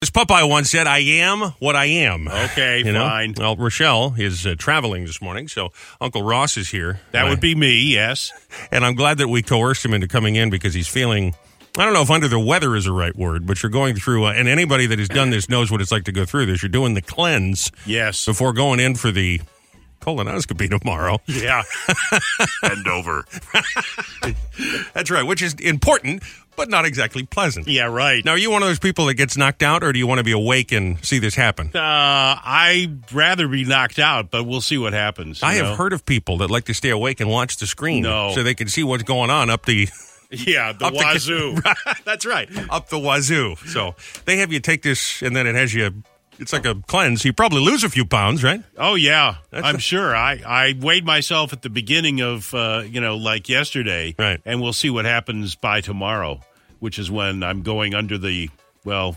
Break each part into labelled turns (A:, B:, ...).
A: As Popeye once said, I am what I am.
B: Okay,
A: You know?
B: fine.
A: Well, Rochelle is uh, traveling this morning, so Uncle Ross is here.
B: That
A: Uh,
B: would be me, yes.
A: And I'm glad that we coerced him into coming in because he's feeling. I don't know if under the weather is the right word, but you're going through, uh, and anybody that has done this knows what it's like to go through this. You're doing the cleanse
B: Yes.
A: before going in for the colonoscopy tomorrow.
B: Yeah. and over.
A: That's right, which is important, but not exactly pleasant.
B: Yeah, right.
A: Now, are you one of those people that gets knocked out, or do you want to be awake and see this happen?
B: Uh, I'd rather be knocked out, but we'll see what happens. you
A: I have
B: know?
A: heard of people that like to stay awake and watch the screen,
B: No.
A: so they can see what's going on up the
B: Yeah, the
A: up the-
B: wazoo.
A: that's right up the wazoo. So they have you take this, and then it has you. It's like a cleanse. You probably lose a few pounds, right?
B: oh yeah,
A: That's
B: I'm
A: a-
B: sure. I I weighed myself at the beginning of uh, you know like yesterday,
A: Right.
B: And we'll see what happens by tomorrow, which is when I'm going under the well.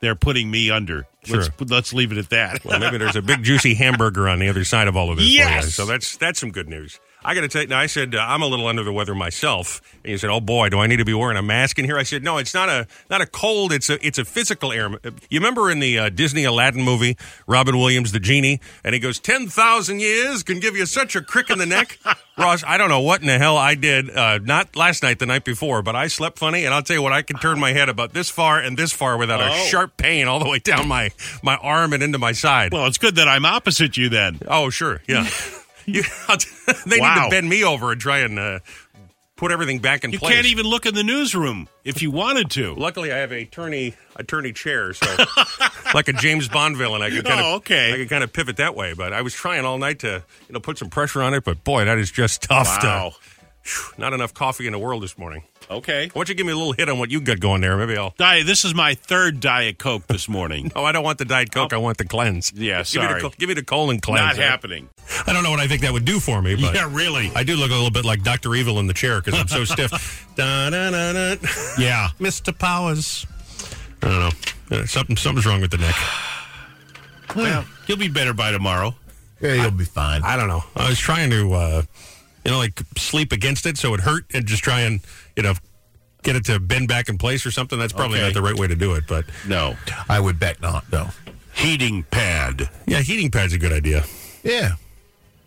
B: They're putting me under.
A: Sure.
B: Let's let's leave it at that.
A: Well, maybe there's a big juicy hamburger on the other side of all of this. for you.
B: Yes!
A: So that's that's some good news. I got to tell you, now I said uh, I'm a little under the weather myself, and you said, "Oh boy, do I need to be wearing a mask in here?" I said, "No, it's not a not a cold. It's a it's a physical ailment." You remember in the uh, Disney Aladdin movie, Robin Williams, the genie, and he goes, 10,000 years can give you such a crick in the neck." Ross, I don't know what in the hell I did. Uh, not last night, the night before, but I slept funny, and I'll tell you what, I could turn my head about this far and this far without a
B: Oh.
A: sharp pain all the way down my my arm and into my side.
B: well, it's good that I'm opposite you then.
A: Oh, sure. Yeah. you, they need to
B: Wow.
A: bend me over and try and uh, put everything back in
B: You
A: place.
B: can't e-, even look in the newsroom if you wanted to.
A: Luckily, I have a attorney attorney chair, so like a James Bond villain, I can kind of
B: Oh, okay.
A: I can kind of pivot that way. But I was trying all night to you know put some pressure on it, but boy, that is just tough. to-
B: Wow.
A: not enough coffee in the world this morning.
B: Okay.
A: Why don't you give me a little hit on what you got going there? Maybe I'll.
B: Diet. This is my third Diet Coke this morning.
A: Oh, I don't want the diet coke. I want the cleanse. give
B: Yeah,
A: Me
B: sorry.
A: the, col- give me the colon cleanse.
B: Not
A: eh?
B: happening. Uh,
A: I don't know what I think that would do for me, but
B: really.
A: I do look a little bit like Dr. Evil in the chair because I'm so stiff. Da-na-na-na.
B: Yeah.
A: Mr. Powers. I don't know. Uh, something, something's wrong with the neck.
B: Well, you'll be better by tomorrow.
C: Yeah, you'll be fine.
A: I don't know. I was trying to, uh, you know, like sleep against it so it hurt and just try and, you know, get it to bend back in place or something. That's probably
B: Okay.
A: not the right way to do it. But
B: No.
C: I would bet not, though.
B: Heating pad.
A: yeah, heating pad's a good idea.
C: Yeah.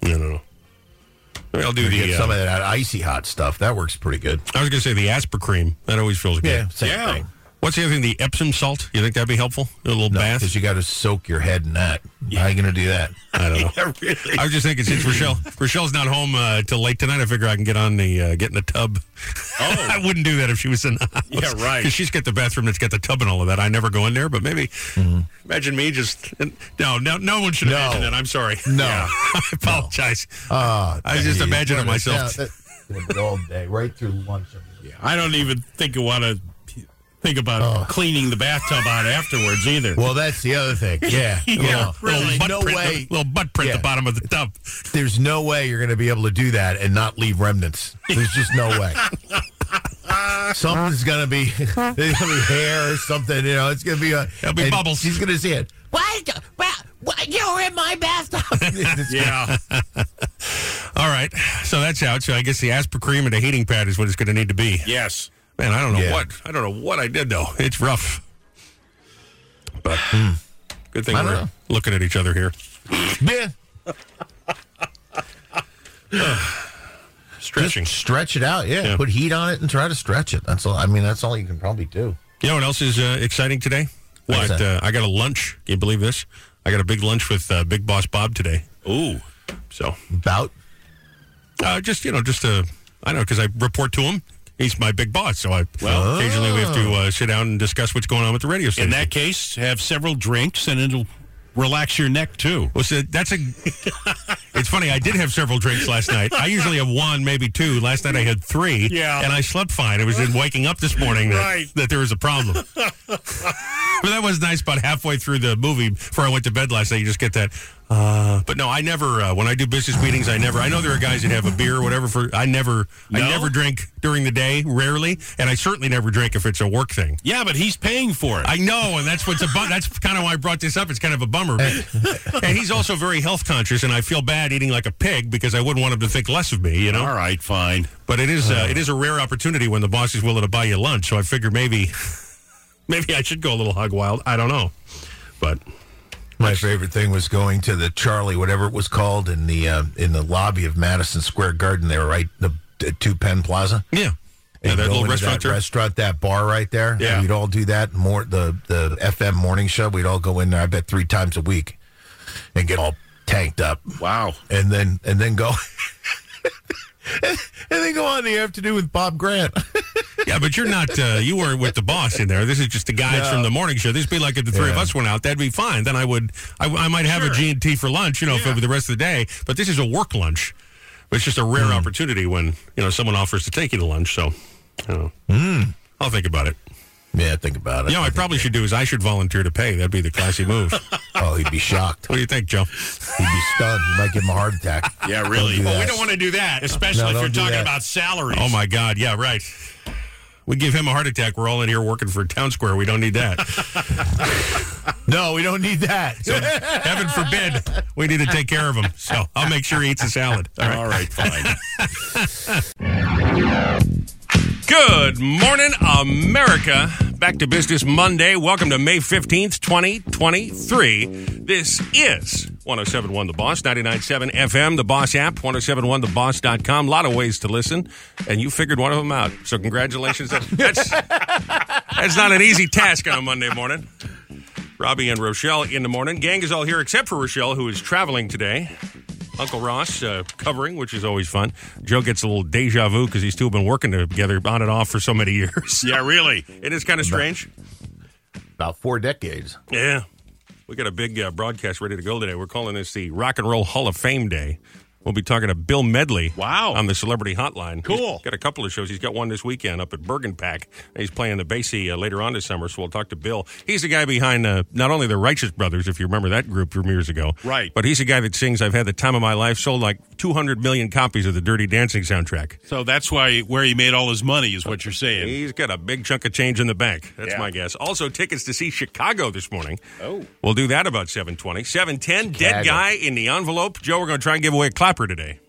A: I don't know. Maybe I'll do
C: You
A: the.
C: get
A: Uh,
C: some of that icy hot stuff. That works pretty good.
A: I was going to say the asper cream. That always feels good.
C: Yeah, same
B: Yeah.
C: thing.
A: What's the other thing? The Epsom salt. You think that'd be helpful? A little bath.
C: Because you got to soak your head in that. How you going to do that?
A: I don't know.
B: really.
A: I was just thinking since Rochelle Rochelle's not home uh, till late tonight, I figure I can get on the uh, get in the tub.
B: Oh.
A: I wouldn't do that if she was in the house.
B: Yeah, right.
A: Because she's got the bathroom that's got the tub and all of that. I never go in there, but maybe imagine me just and- no, no, no one should
C: Mm-hmm. No.
A: imagine that. I'm sorry.
C: No.
A: Yeah. I apologize.
C: Ah,
A: I was just
C: dang,
A: imagining
C: what is
A: myself.
C: that? That- all day, right through lunch.
B: I don't even think I want to think about cleaning the bathtub out afterwards either.
C: Well, that's the other thing. Yeah.
B: Yeah,
C: Well,
B: really.
C: There's
A: butt
C: no
A: print,
C: way.
A: little butt print at
C: Yeah.
A: the bottom of the tub.
C: There's no way you're going to be able to do that and not leave remnants. There's just no way. Something's going to be, there's gonna be hair or something. You know, it's going to be a.
A: There'll be
C: and
A: bubbles.
C: She's going to see it.
D: What? What? what? You were in my bathtub.
B: yeah.
A: All right, so that's out. So I guess the asper cream and the heating pad is what it's going to need to be.
B: yes.
A: Man, I don't know
C: Yeah.
A: what I don't know what I did though. It's rough. But good thing
C: Hmm. I don't
A: we're
C: know.
A: looking at each other here.
C: Yeah.
A: Stretching.
C: Just stretch it out. Yeah.
A: Yeah.
C: Put heat on it and try to stretch it. That's all. I mean, that's all you can probably do.
A: You know what else is uh, exciting today?
C: What's
A: I got, uh,
C: that?
A: I got a lunch. Can you believe this? I got a big lunch with uh, Big Boss Bob today.
B: Ooh.
A: So
C: About
A: uh, just you know, just uh, I don't know because I report to him. He's my big boss, so I
B: Well-
A: occasionally we have to
C: oh.
A: uh, sit down and discuss what's going on with the radio station.
B: In that case, have several drinks and it'll relax your neck too.
A: Well, so that's a. it's funny. I did have several drinks last night. I usually have one, maybe two. Last night I had three.
B: Yeah.
A: And I slept fine. It was in waking up this morning that,
B: Right.
A: that there was a problem. but that was nice. About halfway through the movie, before I went to bed last night, you just get that. Uh, but no, I never. Uh, when I do business meetings, I never. I know there are guys that have a beer or whatever. For I never. I
B: No?
A: never drink during the day. Rarely, and I certainly never drink if it's a work thing.
B: Yeah, but he's paying for it.
A: I know, and that's what's a bu- that's kind of why I brought this up. It's kind of a bummer. and he's also very health conscious, and I feel bad eating like a pig because I wouldn't want him to think less of me, you know.
B: All right, fine.
A: But it is uh, it is a rare opportunity when the boss is willing to buy you lunch. So I figured maybe Maybe I should go a little hog wild. I don't know. But
C: My favorite thing was going to the Charlie, whatever it was called, in the uh, in the lobby of Madison Square Garden. They were right the, the two Penn Plaza.
A: yeah. Yeah,
C: And
A: that little
C: go into
A: restaurant
C: that
A: there.
C: restaurant, that bar right there.
A: Yeah.
C: we'd all do that. More the the FM morning show. We'd all go in there. I bet three times a week, and get all tanked up,
B: Wow.
C: and then and then go. And then go on the afternoon with Bob Grant.
A: yeah, but you're not, uh, you weren't with the boss in there. This is just the guys from the morning show. This would be like if the three of
C: Yeah.
A: us went out, that'd be fine. Then I would, I, I might have a G&T for lunch, you know, for the rest of the day. But this is a work lunch. It's just a rare
B: Hmm.
A: opportunity when, you know, someone offers to take you to lunch. So, you know,
B: Hmm.
A: I'll think about it.
C: yeah, think about it.
A: You know, what I probably should do is I should volunteer to pay. That'd be the classy move. what
C: oh, he'd be shocked.
A: do you think, Joe?
C: He'd be stunned. You might give him a heart attack.
B: Yeah, really.
C: do
B: Well,
C: that.
B: we don't want to do that, especially
C: No,
B: if
C: don't
B: you're
C: do
B: talking
C: that.
B: about salaries.
A: Oh my God! Yeah, right. We give him a heart attack. We're all in here working for Town Square. We don't need that.
C: No, we don't need that.
A: So, heaven forbid. We need to take care of him. So I'll make sure he eats a salad. All right.
B: All right, fine.
A: Good morning, America. Back to business Monday. Welcome to May 15th, 2023. This is 1071 The Boss, 997 FM, The Boss app, 1071TheBoss.com. A lot of ways to listen, and you figured one of them out. So, congratulations. That- That's, that's not an easy task on a Monday morning. Robbie and Rochelle in the morning. Gang is all here except for Rochelle, who is traveling today. Uncle Ross uh, covering, which is always fun. Joe gets a little deja vu because these two have been working together on and off for so many years.
B: yeah, really.
A: It is kind of strange.
C: About four decades.
A: Yeah. We got a big uh, broadcast ready to go today. We're calling this the Rock and Roll Hall of Fame Day. We'll be talking to Bill Medley.
B: Wow.
A: On the Celebrity Hotline.
B: Cool.
A: He's got a couple of shows. He's got one this weekend up at Bergen Pack. He's playing the Basie uh, later on this summer, so we'll talk to Bill. He's the guy behind uh, not only the Righteous Brothers, if you remember that group from years ago.
B: Right.
A: But he's the guy that sings I've Had the Time of My Life, sold like 200 million copies of the Dirty Dancing soundtrack.
B: So that's why where he made all his money is what you're saying.
A: He's got a big chunk of change in the bank. That's
B: Yeah.
A: my guess. Also, tickets to see Chicago this morning.
B: Oh.
A: We'll do that about 720. 710, dead
C: Chicago.
A: guy in the envelope. Joe, we're going to try and give away a clapper today.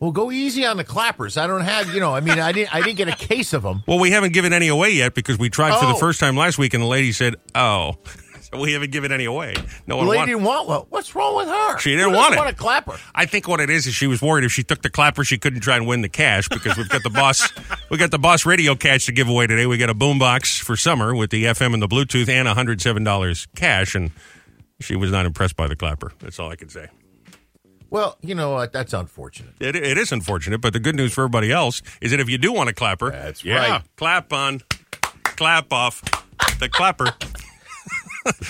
C: Well, go easy on the clappers. I don't have, you know, I mean, I didn't, I didn't get a case of them.
A: Well, we haven't given any away yet because we tried for the
C: Oh.
A: first time last week and the lady said, oh. So we haven't given any away. No one
C: The lady
A: wanted
C: didn't want one. What's wrong with her?
A: She didn't
C: Who
A: want
C: doesn't
A: it.
C: Want a clapper?
A: I think what it is is she was worried if she took the clapper, she couldn't try and win the cash because we've got the boss, we got the boss radio cash to give away today. We got a boombox for summer with the FM and the Bluetooth and hundred seven dollars cash, and she was not impressed by the clapper. That's all I can say.
C: Well, you know what? That's unfortunate.
A: It, it is unfortunate, but the good news for everybody else is that if you do want a clapper,
C: That's
B: Yeah.
C: right.
A: clap on, clap off, the clapper.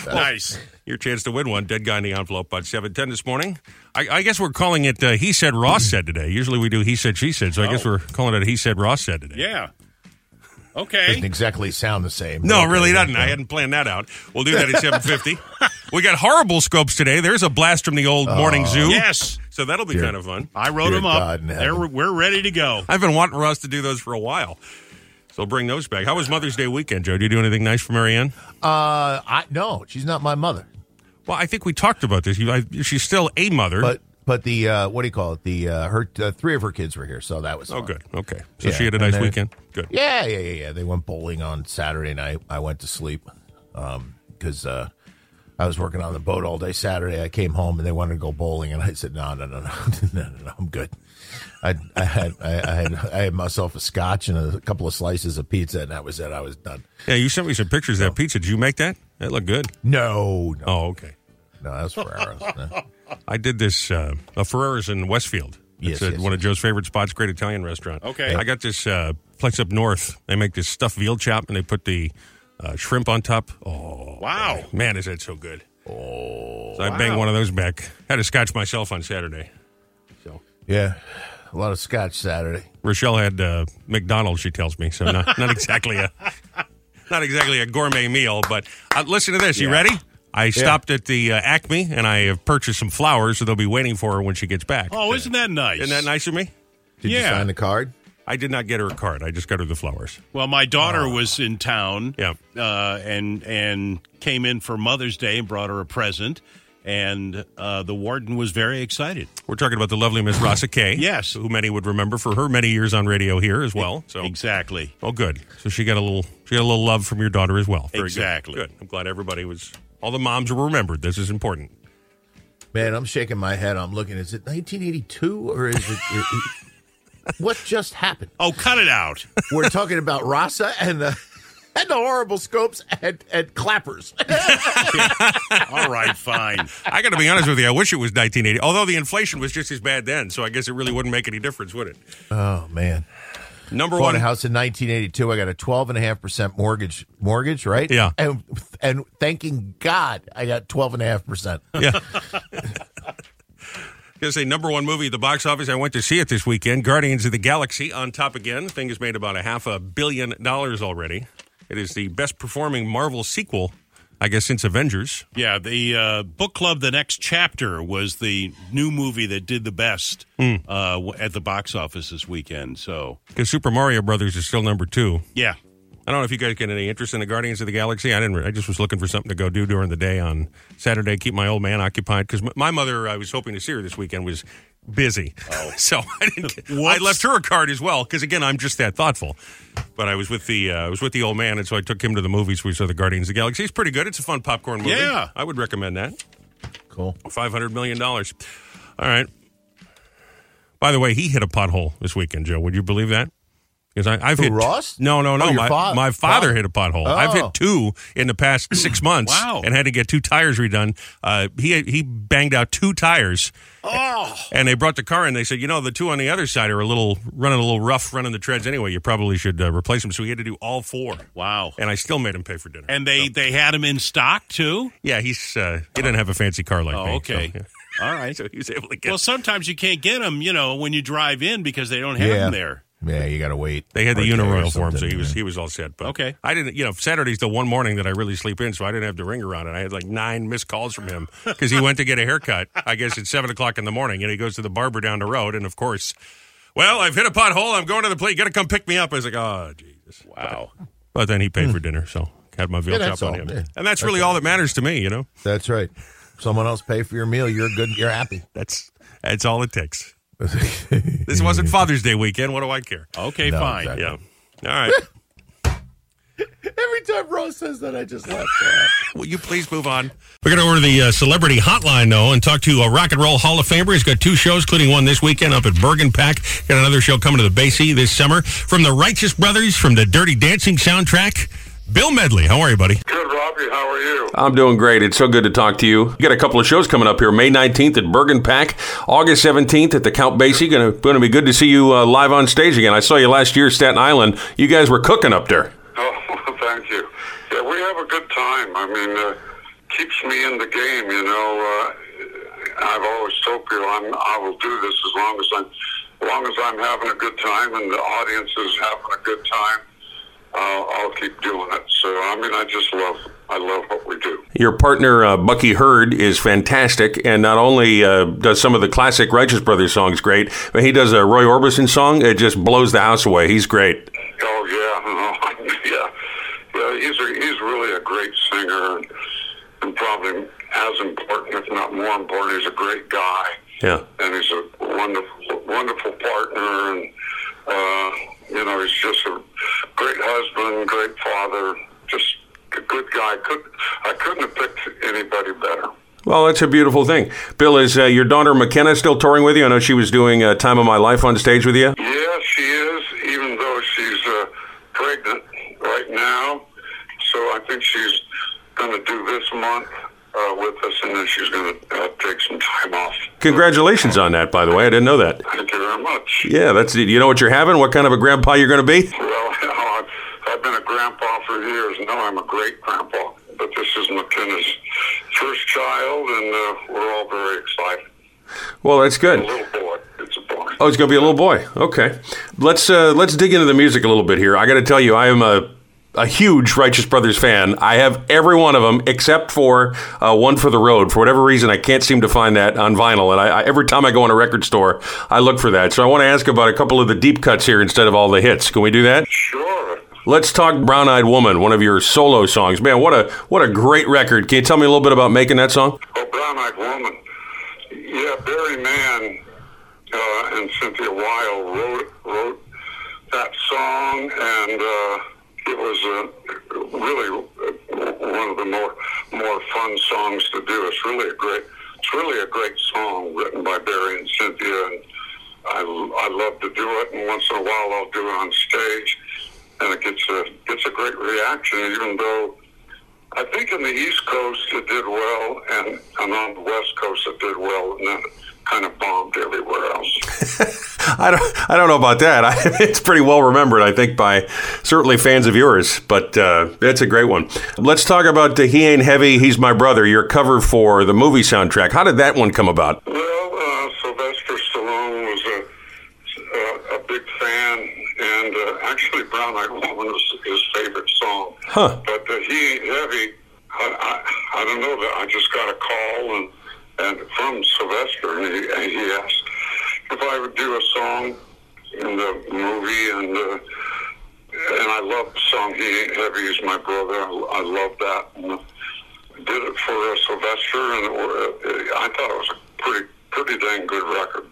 B: Nice.
A: Your chance to win one. Dead guy in the envelope about seven ten this morning. I, I guess we're calling it. Uh, he said, Ross said today. Usually we do he said, she said. So I guess
C: Oh.
A: we're calling it. He said, Ross said today.
B: Yeah.
C: Doesn't
B: Okay.
C: exactly sound the same.
A: No, it really
C: Okay,
A: doesn't. I
C: okay.
A: hadn't planned that out. We'll do that at seven fifty. We got horrible scopes today. There's a blast from the old
C: Oh.
A: morning zoo.
B: Yes.
A: So that'll be kind of fun.
B: I wrote
C: Dear
B: him up.
C: God in
B: There,
C: heaven.
B: we're ready to go.
A: I've been wanting Ross to do those for a while. So I'll bring those back. How was Mother's Day weekend, Joe? Did you do anything nice for Marianne?
C: Uh, I no, she's not my mother.
A: Well, I think we talked about this. You, I, she's still a mother.
C: But but the uh, what do you call it? The uh, her uh, three of her kids were here, so that was
A: oh,
C: fun.
A: good. Okay. So
C: Yeah,
A: she had a
C: and
A: nice
C: then-
A: weekend. Good.
C: Yeah, yeah, yeah, yeah. They went bowling on Saturday night. I went to sleep because uh, I was working on the boat all day Saturday. I came home and they wanted to go bowling, and I said, "No, no, no, no, no, no, no I'm good." I, I had I, I had I had myself a scotch and a couple of slices of pizza, and that was it. I was done.
A: Yeah, you sent me some pictures of that pizza. Did you make that? That looked good.
C: No, no,
A: Oh, okay.
C: no, that's Ferrero's. No.
A: I did this uh, uh, Ferrera's in Westfield. It's
C: Yes,
A: uh
C: yes,
A: one of Joe's favorite spots, great Italian restaurant.
B: Okay.
A: I got this uh, place up north. They make this stuffed veal chop and they put the uh, shrimp on top. Oh,
B: Wow.
A: man, is that so good. Oh, so I banged one of those back. Had a scotch myself on Saturday.
C: Yeah, a lot of scotch Saturday.
A: Rochelle had uh, McDonald's, she tells me. So not, not exactly a not exactly a gourmet meal, but uh, listen to this. You ready? I stopped at the uh, Acme and I have purchased some flowers, so they'll be waiting for her when she gets back.
B: Oh, isn't that nice?
A: Isn't that nice of me?
C: Did you
B: Yeah.
C: sign the card?
A: I did not get her a card. I just got her the flowers.
B: Well, my daughter was in town,
A: Yeah.
B: uh, and and came in for Mother's Day and brought her a present, and uh, the warden was very excited.
A: We're talking about the lovely Miss Rossa Kay.
B: Yes.
A: Who many would remember for her many years on radio here as well. So
B: Exactly.
A: Oh, good. So she got a little she got a little love from your daughter as well. good.
B: Exactly.
A: Good. I'm glad everybody was all the moms were remembered. This is important.
C: Man, I'm shaking my head. I'm looking. Is it 1982 or is it? what just happened?
B: Oh, cut it out.
C: We're talking about Rasa and the and the horrible scopes and, and clappers.
B: All right, fine.
A: I got to be honest with you. I wish it was 1980. Although the inflation was just as bad then, so I guess it really wouldn't make any difference, would it?
C: Oh man,
A: Number
C: bought
A: one,
C: a house in 1982. I got a 12 and a half percent mortgage. Mortgage, right?
A: Yeah.
C: And and thanking God, I got 12 and a half percent.
A: yeah. Gonna say number one movie at the box office. I went to see it this weekend. Guardians of the Galaxy on top again. Thing has made about a half a billion dollars already. It is the best performing Marvel sequel, I guess, since Avengers.
B: Yeah, the uh, book club, the next chapter was the new movie that did the best
C: Hmm.
B: uh, w- at the box office this weekend. So
A: Because Super Mario Brothers is still number two.
B: yeah,
A: I don't know if you guys get any interest in the Guardians of the Galaxy. I didn't. I just was looking for something to go do during the day on Saturday, keep my old man occupied. Because my mother, I was hoping to see her this weekend, was busy. so I didn't. get- I
B: Oh. Whoops.
A: left her a card as well. Because again, I'm just that thoughtful. But I was with the uh, I was with the old man, and so I took him to the movies. We saw the Guardians of the Galaxy. It's pretty good. It's a fun popcorn movie.
B: Yeah.
A: I would recommend that.
C: Cool.
A: Five hundred million dollars. All right. By the way, he hit a pothole this weekend, Joe. Would you believe that? Because I, I've
C: Who,
A: hit
C: Ross?
A: No, no, no.
C: Oh, your
A: my,
C: fa-
A: my father
C: father.
A: hit a pothole. I've
C: Oh.
A: hit two in the past six months.
B: Wow.
A: And had to get two tires redone. Uh, he he banged out two tires. Oh. And they brought the car in. They said, you know, the two on the other side are a little running a little rough, running the treads anyway. You probably should uh, replace them. So he had to do all four.
B: wow.
A: And I still made him pay for dinner.
B: And they they had him in stock too.
A: yeah, he's uh, he didn't have a fancy car like me.
B: Oh, okay.
A: So, yeah.
B: All right.
A: So he was able to get
B: Well, sometimes you can't get them, you know, when you drive in because they don't have them there.
C: Yeah, you got to wait.
A: They had the
C: Or day or
A: Uniroyal for him, so
C: something,
A: he was
C: yeah.
A: he was all set. But
B: Okay.
A: I didn't. You know, Saturday's the one morning that I really sleep in, so I didn't have the ringer on, and I had like nine missed calls from him because he went to get a haircut. I guess at seven o'clock in the morning, and he goes to the barber down the road, and of course, well, I've hit a pothole. I'm going to the plate. You got to come pick me up. I was like, oh Jesus.
B: Wow.
A: But then he paid for dinner, so had my veal
C: Hmm. Yeah,
A: chop
C: that's
A: on
C: all,
A: him,
C: yeah.
A: and that's, really all that matters to me. You know,
C: That's right. Someone else pay for your meal. You're good. You're happy.
A: that's that's all it takes. This wasn't Father's Day weekend. What do I care?
B: Okay,
C: No,
B: fine.
C: exactly.
A: Yeah. All right.
C: Every time Ross says that, I just laugh.
A: Will you please move on? We're going to order the uh, celebrity hotline, though, and talk to a Rock and Roll Hall of Famer. He's got two shows, including one this weekend up at Bergen Pack. Got another show coming to the Bay Sea this summer. From the Righteous Brothers, from the Dirty Dancing soundtrack, Bill Medley. How are you, buddy?
E: Good, Robbie. How are you?
A: Uh,
F: I'm doing great. It's so good to talk to you. We got a couple of shows coming up here. May 19th at Bergen Pack, August 17th at the Count Basie. Gonna, gonna be good to see you uh, live on stage again. I saw you last year, Staten Island. You guys were cooking up there.
E: Oh, thank you. Yeah, we have a good time. I mean, uh, keeps me in the game. You know, uh, I've always told people I'm, I will do this as long as I'm, as long as I'm having a good time and the audience is having a good time. Uh, I'll keep doing it. So I mean, I just love, I love what we do.
F: Your partner, uh, Bucky Hurd, is fantastic, and not only uh, does some of the classic Righteous Brothers songs great, but he does a Roy Orbison song. It just blows the house away. He's great.
E: Oh yeah, yeah, yeah. He's a, he's really a great singer, and, and probably as important, if not more important, he's a great guy.
F: Yeah.
E: and he's a wonderful, wonderful partner, and uh, you know he's just a great husband, great father, just a good guy. Could I couldn't have picked anybody better.
F: Well, that's a beautiful thing. Bill, is uh, your daughter McKenna still touring with you? I know she was doing uh, Time of My Life on stage with you.
E: Yeah, she is, even though she's uh, pregnant right now. So I think she's going to do this month uh, with us, and then she's going to uh, take some time off.
F: Congratulations on that, by the way. I didn't know that.
E: Thank you very much.
F: Yeah, that's you know what you're having. What kind of a grandpa you're going to be?
E: Well, I've, I've been a grandpa for years. Now I'm a great grandpa. But this is McKenna's first child, and uh, we're all very excited.
F: Well, that's
E: A
F: good.
E: little boy. It's a boy.
F: Oh, it's going to be a little boy. Okay, let's uh, let's dig into the music a little bit here. I got to tell you, I am a a huge Righteous Brothers fan. I have every one of them except for uh, one for the road. For whatever reason, I can't seem to find that on vinyl. And I, I, every time I go in a record store, I look for that. So I want to ask about a couple of the deep cuts here instead of all the hits. Can we do that?
E: Sure.
F: Let's talk Brown Eyed Woman, one of your solo songs. Man, what a what a great record. Can you tell me a little bit about making that song?
E: Well, Brown Black Woman. Yeah, Barry Mann uh, and Cynthia Weil wrote wrote that song, and uh, it was uh, really uh, one of the more more fun songs to do. It's really a great it's really a great song written by Barry and Cynthia, and I, I love to do it. And once in a while, I'll do it on stage, and it gets a gets a great reaction, even though. I think in the East Coast it did well, and, and on the West Coast it did well, and then kind of bombed everywhere else.
F: I don't, I don't know about that. I, it's pretty well remembered, I think, by certainly fans of yours. But uh, that's a great one. Let's talk about the "He Ain't Heavy, He's My Brother." Your cover for the movie soundtrack. How did that one come about?
E: Well, uh, Sylvester Stallone was a, a, a big fan, and uh, actually Brown Eyed Woman was his favorite song.
F: Huh.
E: But uh, he ain't heavy. I, I, I don't know that. I just got a call and and from Sylvester, and he, and he asked if I would do a song in the movie, and uh, and I love the song "He Ain't Heavy" is my brother. I, I love that. And, uh, did it for uh, Sylvester, and it, were- uh, I thought it was a pretty pretty dang good record.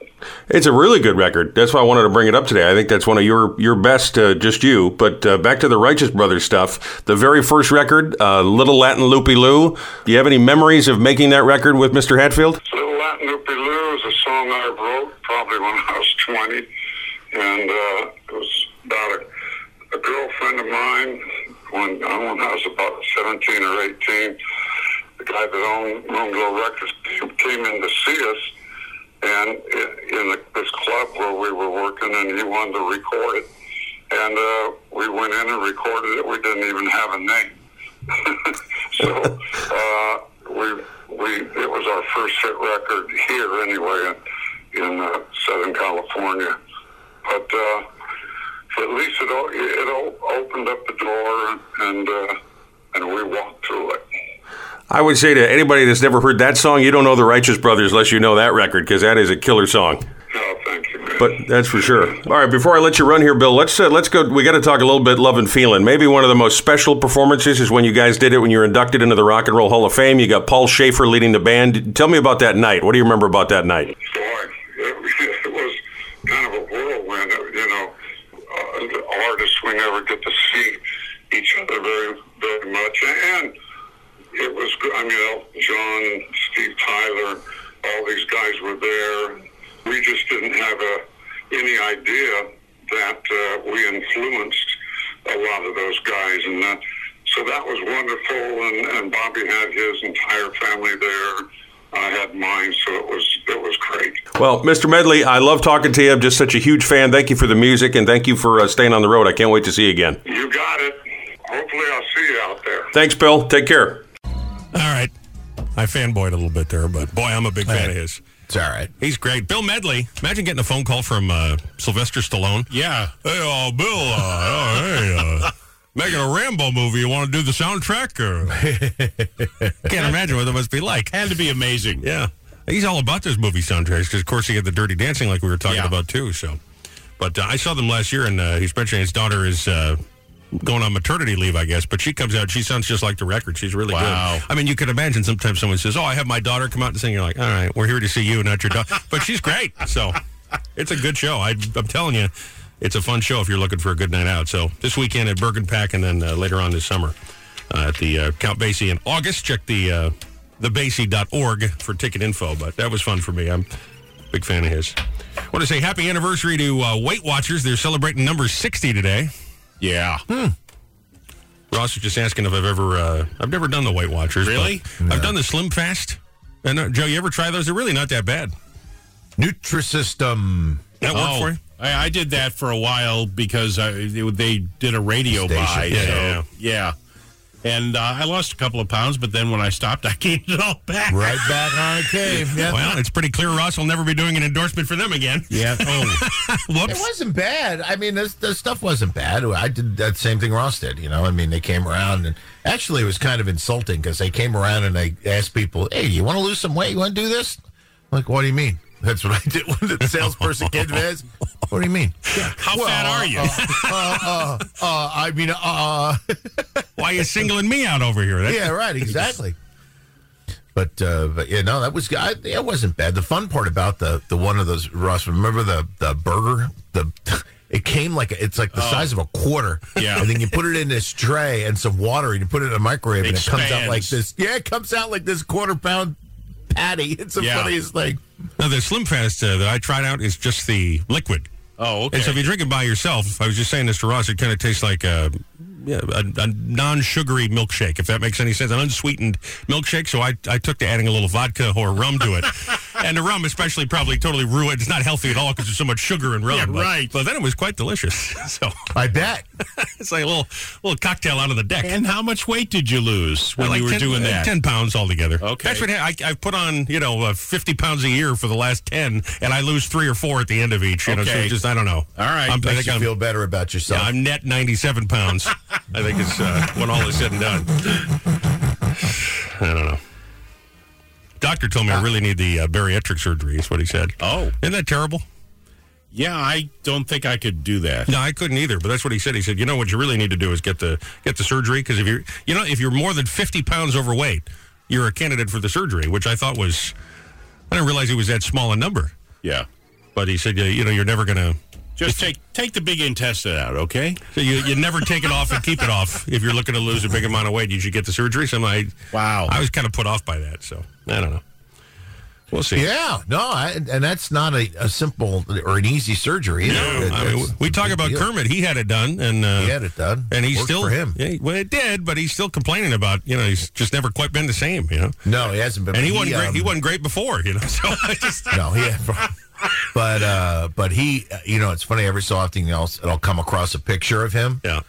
F: It's a really good record. That's why I wanted to bring it up today. I think that's one of your your best, uh, just you. But uh, back to the Righteous Brothers stuff. The very first record, uh, Little Latin Loopy Lou. Do you have any memories of making that record with Mr. Hatfield?
E: Little Latin Loopy Lou is a song I wrote probably when I was 20, and uh, it was about a, a girlfriend of mine when I, when I was about 17 or 18. The guy that owned Moonglow Records came- came in to see us, and i- in the, this club where we were working, and he wanted to record it. And uh, we went in and recorded it. We didn't even have a name. so uh, we we it was our first hit record here anyway in, in uh, Southern California, but uh, at least it o- it o- opened up the door and uh, and we walked through it.
F: I would say to anybody that's never heard that song, you don't know the Righteous Brothers unless you know that record because that is a killer song.
E: Oh, thank you, man.
F: But uh, that's for sure. All right, before I let you run here, Bill, let's uh, let's go. We got to talk a little bit love and feeling. Maybe one of the most special performances is when you guys did it when you were inducted into the Rock and Roll Hall of Fame. You got Paul Schaefer leading the band. Tell me about that night. What do you remember about that night?
E: boy, it, it was kind of a whirlwind. You know, uh, artists we never get to see each other very, very much, and it was. good. I mean, Elton John, Steve Tyler, all these guys were there. We just didn't have a, any idea that uh, we influenced a lot of those guys, and that, so that was wonderful. And, and Bobby had his entire family there. I had mine, so it was it was great.
F: Well, Mr. Medley, I love talking to you. I'm just such a huge fan. Thank you for the music and thank you for uh, staying on the road. I can't wait to see you again.
E: You got it. Hopefully, I'll see you out there.
F: Thanks, Bill. Take care.
A: All right. I fanboyed a little bit there, but boy, I'm a big fan of his.
C: It's all right.
A: He's great. Bill Medley. Imagine getting a phone call from uh, Sylvester Stallone.
B: Yeah.
A: Hey, uh, Bill. Uh, oh, hey, uh, making a Rambo movie. You want to do the soundtrack? Or can't imagine what that must be like.
B: Had to be amazing.
A: Yeah, he's all about those movie soundtracks because, of course, he had the Dirty Dancing, like we were talking
B: Yeah.
A: about too. So, but uh, I saw them last year, and uh, he's mentioning his daughter is. Uh, Going on maternity leave, I guess, but she comes out. She sounds just like the record. She's really
B: Wow.
A: good. I mean, you can imagine sometimes someone says, "Oh, I have my daughter come out and sing." You're like, "All right, we're here to see you, not your daughter." but she's great, so it's a good show. I, I'm telling you, it's a fun show if you're looking for a good night out. So this weekend at Bergen Pack, and then uh, later on this summer uh, at the uh, Count Basie in August. Check the uh, thebasie.org for ticket info. But that was fun for me. I'm a big fan of his. want to say happy anniversary to uh, Weight Watchers. They're celebrating number 60 today.
B: Yeah.
A: Ross was just asking if I've ever, uh, I've never done the Weight Watchers. but
B: Really?
A: I've done the Slim Fast. And uh, Joe, you ever try those? They're really not that bad.
C: Nutrisystem.
A: That work
B: Oh.
A: for you?
B: I, I did that for a while because I, they did a radio
C: Station.
B: buy.
A: Yeah,
B: so,
A: yeah,
B: Oh, yeah. And uh, I lost a couple of pounds, but then when I stopped, I gained it all back.
C: Right back on it came. Yeah.
A: Well, it's pretty clear Ross will never be doing an endorsement for them again.
C: Yeah.
A: Oh,
C: It
A: whoops.
C: wasn't bad. I mean, this the stuff wasn't bad. I did that same thing Ross did. You know, I mean, they came around and actually it was kind of insulting because they came around and they asked people, "Hey, you want to lose some weight? You want to do this?" I'm like, what do you mean? That's what I did when the salesperson came to me. I asked, What do you mean?
B: How fat are you?
C: Uh, uh, uh, I mean, uh, uh,
A: Why are you singling me out over here? That's
C: yeah, right, exactly. But uh, but yeah, no, that was I, it wasn't bad. The fun part about the the one of those Russ, remember the the burger the. It came like a, it's like
A: Oh.
C: the size of a quarter,
B: Yeah.
C: And then you put it in this tray and some water, and you put it in a microwave, and it comes out like
B: Expands.
C: this. Yeah, it comes out like this quarter pound patty. It's the
B: Yeah.
C: funniest thing.
A: Now, the Slim Fast uh, that I tried out is just the liquid.
B: Oh, okay.
A: And so if you drink it by yourself, I was just saying this to Ross, it kind of tastes like a, yeah, a, a non-sugary milkshake, if that makes any sense, an unsweetened milkshake. So I, I took to adding a little vodka or rum to it. and the rum especially probably totally ruined. It's not healthy at all because there's so much sugar in rum.
B: Yeah,
A: but-
B: right.
A: But then it was quite delicious. so
C: I bet.
A: it's like a little, little cocktail out of the deck.
B: and how much weight did you lose when
A: Like
B: you were
A: 10
B: doing
A: uh,
B: that?
A: 10 pounds altogether.
B: Okay.
A: That's what ha- I, I've put on, you know, uh, 50 pounds a year for the last 10, and I lose three or four at the end of each. You know, so
B: Okay.
A: it's just, I don't know.
B: All right.
A: I'm, I
C: Makes
A: think
C: you
A: I'm,
C: feel better about yourself.
A: I'm net 97 pounds. I think it's uh, when all is said and done. I don't know. Doctor told me I really need the uh, bariatric surgery, is what he said.
B: Oh.
A: Isn't that terrible?
B: Yeah, I don't think I could do that.
A: No, I couldn't either. But that's what he said. He said, you know what you really need to do is get the get the surgery because if you're you know if you're more than fifty pounds overweight, you're a candidate for the surgery, which I thought was I didn't realize it was that small a number.
B: Yeah.
A: But he said, yeah, you know, you're never gonna
B: Just take take the big intestine out, okay?
A: so you, you never take it off and keep it off. If you're looking to lose a big amount of weight, you should get the surgery. So I'm like,
B: Wow.
A: I was kind of put off by that. So I don't know. We'll see.
C: Yeah, no, I, and that's not a, a simple or an easy surgery. Either.
A: No,
C: It-
A: I mean,
C: it's
A: we
C: a
A: talk
C: big
A: about
C: deal.
A: Kermit. He had it done, and uh,
C: He had it done.
A: and he's
C: Worked
A: still
C: for him.
A: Yeah, well, it did, but he's still complaining about you know he's just never quite been the same. You know,
C: No, he hasn't been.
A: and he wasn't great.
C: um,
A: he wasn't great before. You know, so I just
C: No, he. but uh, but he, you know, it's funny. Every so often, I'll I'll come across a picture of him.
A: Yeah.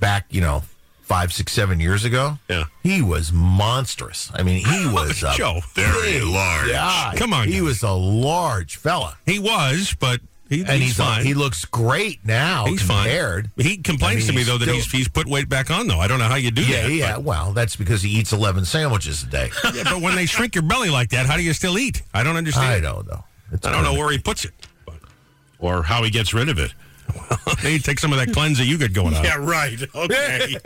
C: Back, you know, five, six, seven years ago.
A: Yeah.
C: He was monstrous. I mean, he was a
A: Joe.
C: very large. Guy.
A: Come on,
C: he
A: guys.
C: was a large fella,
A: he was, but he,
C: and
A: he's,
C: he's, a-
A: fine.
C: he looks great now.
A: he's
C: compared.
A: fine. He complains
C: I mean,
A: to me
C: he's
A: though that
C: still-
A: he's he's put weight back on though. I don't know how you do
C: Yeah,
A: that.
C: yeah. Well, that's because he eats eleven sandwiches a day.
A: But, yeah, but when they shrink your belly like that, how do you still eat? I don't understand.
C: I don't know. It's
A: I don't know
C: kind of-
A: where he puts it. But
B: Or how he gets rid of it.
A: Maybe take some of that cleanse that you got going on.
B: right. Okay.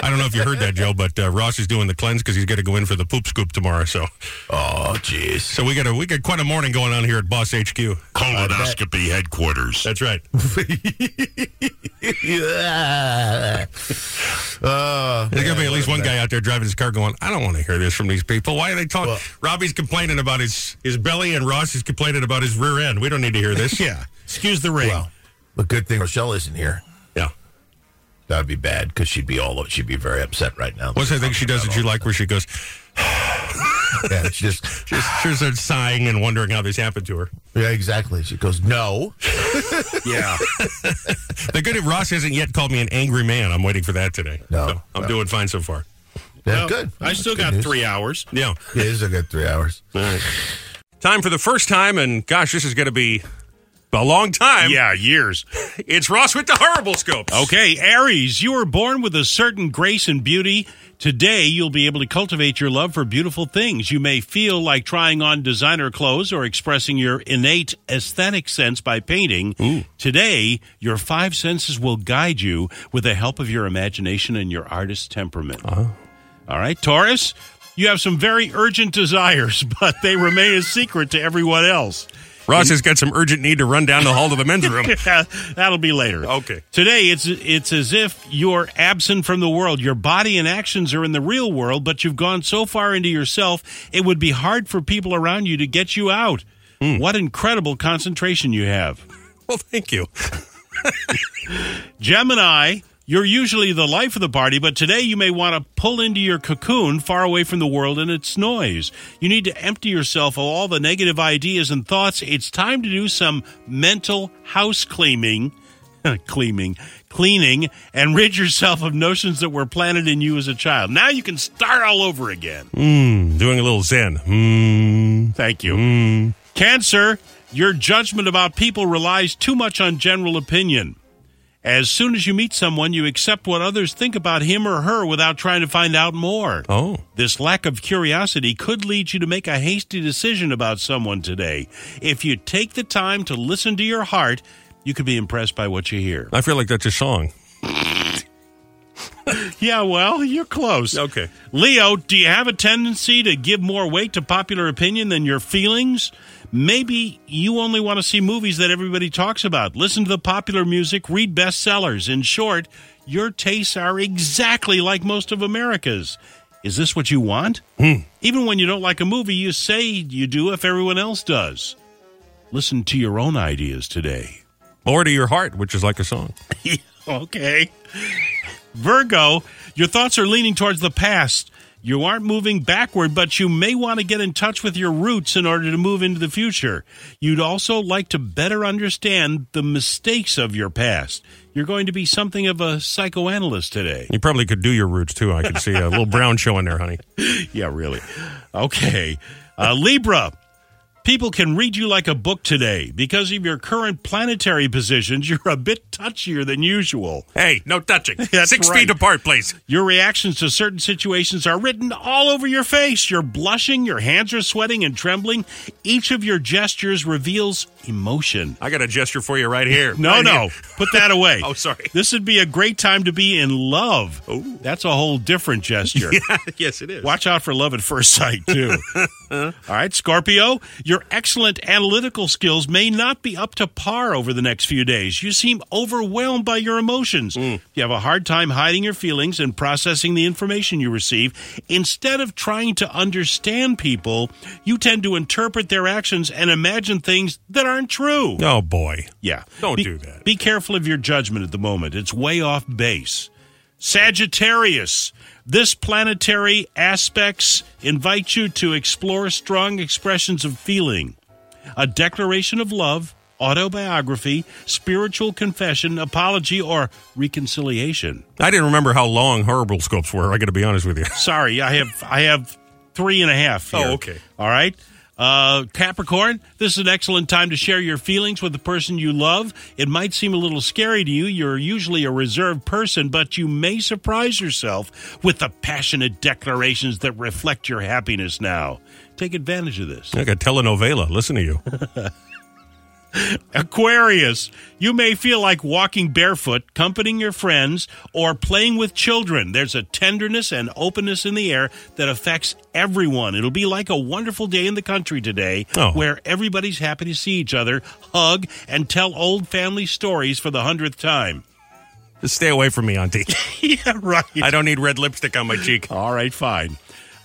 A: I don't know if you heard that, Joe, but uh, Ross is doing the cleanse because he's got to go in for the poop scoop tomorrow. So,
C: Oh, jeez.
A: so we got a we got quite a morning going on here at Boss HQ.
B: Colonoscopy headquarters.
A: That's right.
C: Yeah. Uh,
A: There's gonna be at least one guy out there driving his car going, "I don't want to hear this from these people. Why are they talking?" Robbie's complaining about his his belly, and Ross is complaining about his rear end. We don't need to hear this.
B: Yeah. Excuse the ring.
C: well, the good thing Rochelle isn't here.
A: yeah.
C: That'd be bad because she'd be all she'd be very upset right now.
A: What's that thing she does that you like, where she goes,
C: Yeah, it's just
A: just she starts sighing and wondering how this happened to her.
C: yeah, exactly. She goes, no.
B: yeah.
A: The good if Ross hasn't yet called me an angry man. I'm waiting for that today.
C: No,
A: So I'm
C: no.
A: doing fine so far.
C: Yeah,
B: Well,
C: good.
B: I still
C: Good
B: got
C: news.
B: three hours.
A: Yeah.
C: Yeah, it's a good three hours.
A: Time for the first time, and gosh, this is going to be a long time.
B: Yeah, years.
A: It's Ross with the horrible scopes.
B: Okay, Aries, you were born with a certain grace and beauty. Today, you'll be able to cultivate your love for beautiful things. You may feel like trying on designer clothes or expressing your innate aesthetic sense by painting. Today, your five senses will guide you with the help of your imagination and your artist temperament. All right, Taurus, you have some very urgent desires, but they remain a secret to everyone else.
A: Ross has got some urgent need to run down the hall to the men's room.
B: That'll be later.
A: Okay.
B: Today it's it's as if you're absent from the world. Your body and actions are in the real world, but you've gone so far into yourself, it would be hard for people around you to get you out. What incredible concentration you have.
A: Well, thank you.
B: Gemini, you're usually the life of the party, but today you may want to pull into your cocoon far away from the world and its noise. You need to empty yourself of all the negative ideas and thoughts. It's time to do some mental house cleaning. cleaning, cleaning, and rid yourself of notions that were planted in you as a child. Now you can start all over again.
A: Doing a little zen.
B: Thank you. Cancer, your judgment about people relies too much on general opinion. As soon as you meet someone, you accept what others think about him or her without trying to find out more.
A: Oh.
B: This lack of curiosity could lead you to make a hasty decision about someone today. If you take the time to listen to your heart, you could be impressed by what you hear.
A: I feel like that's a song.
B: Yeah, well, you're close.
F: Okay.
B: Leo, do you have a tendency to give more weight to popular opinion than your feelings? Maybe you only want to see movies that everybody talks about, listen to the popular music, read bestsellers. In short, your tastes are exactly like most of America's. Is this what you want? Even when you don't like a movie, you say you do if everyone else does. Listen to your own ideas today.
F: More to your heart, which is like a song.
B: okay. Virgo, your thoughts are leaning towards the past. You aren't moving backward, but you may want to get in touch with your roots in order to move into the future. You'd also like to better understand the mistakes of your past. You're going to be something of a psychoanalyst today.
F: You probably could do your roots too. I could see a little brown show in there, honey.
B: Yeah, really. Okay. Uh, Libra, people can read you like a book today. Because of your current planetary positions, you're a bit touchier than usual.
F: Hey, no touching.
B: That's
F: Six
B: right.
F: feet apart, please.
B: Your reactions to certain situations are written all over your face. You're blushing, your hands are sweating and trembling. Each of your gestures reveals emotion.
F: I got a gesture for you right here.
B: No,
F: Right
B: no,
F: here.
B: put that away.
F: Oh, sorry.
B: This would be a great time to be in love. That's a whole different gesture.
F: yes, it is.
B: Watch out for love at first sight, too. All right, Scorpio, your excellent analytical skills may not be up to par over the next few days. You seem overwhelmed by your emotions. You have a hard time hiding your feelings and processing the information you receive. Instead of trying to understand people, you tend to interpret their actions and imagine things that aren't true.
F: Oh boy.
B: Yeah.
F: Don't
B: Be-
F: do that.
B: Be careful of your judgment at the moment. It's way off base. Sagittarius, this planetary aspects invite you to explore strong expressions of feeling. A declaration of love, autobiography, spiritual confession, apology, or reconciliation.
F: I didn't remember how long horoscopes were. I got to be honest with you.
B: Sorry, I have I have three and a half. Here.
F: Oh, okay.
B: All right. Uh, Capricorn, this is an excellent time to share your feelings with the person you love. It might seem a little scary to you. You're usually a reserved person, but you may surprise yourself with the passionate declarations that reflect your happiness now. Take advantage of this.
F: Like a telenovela. Listen to you.
B: Aquarius, you may feel like walking barefoot, comforting your friends, or playing with children. There's a tenderness and openness in the air that affects everyone. It'll be like a wonderful day in the country today
F: Oh.
B: where everybody's happy to see each other, hug, and tell old family stories for the hundredth time.
F: Just stay away from me, Auntie.
B: yeah, right.
F: I don't need red lipstick on my cheek.
B: All right, fine.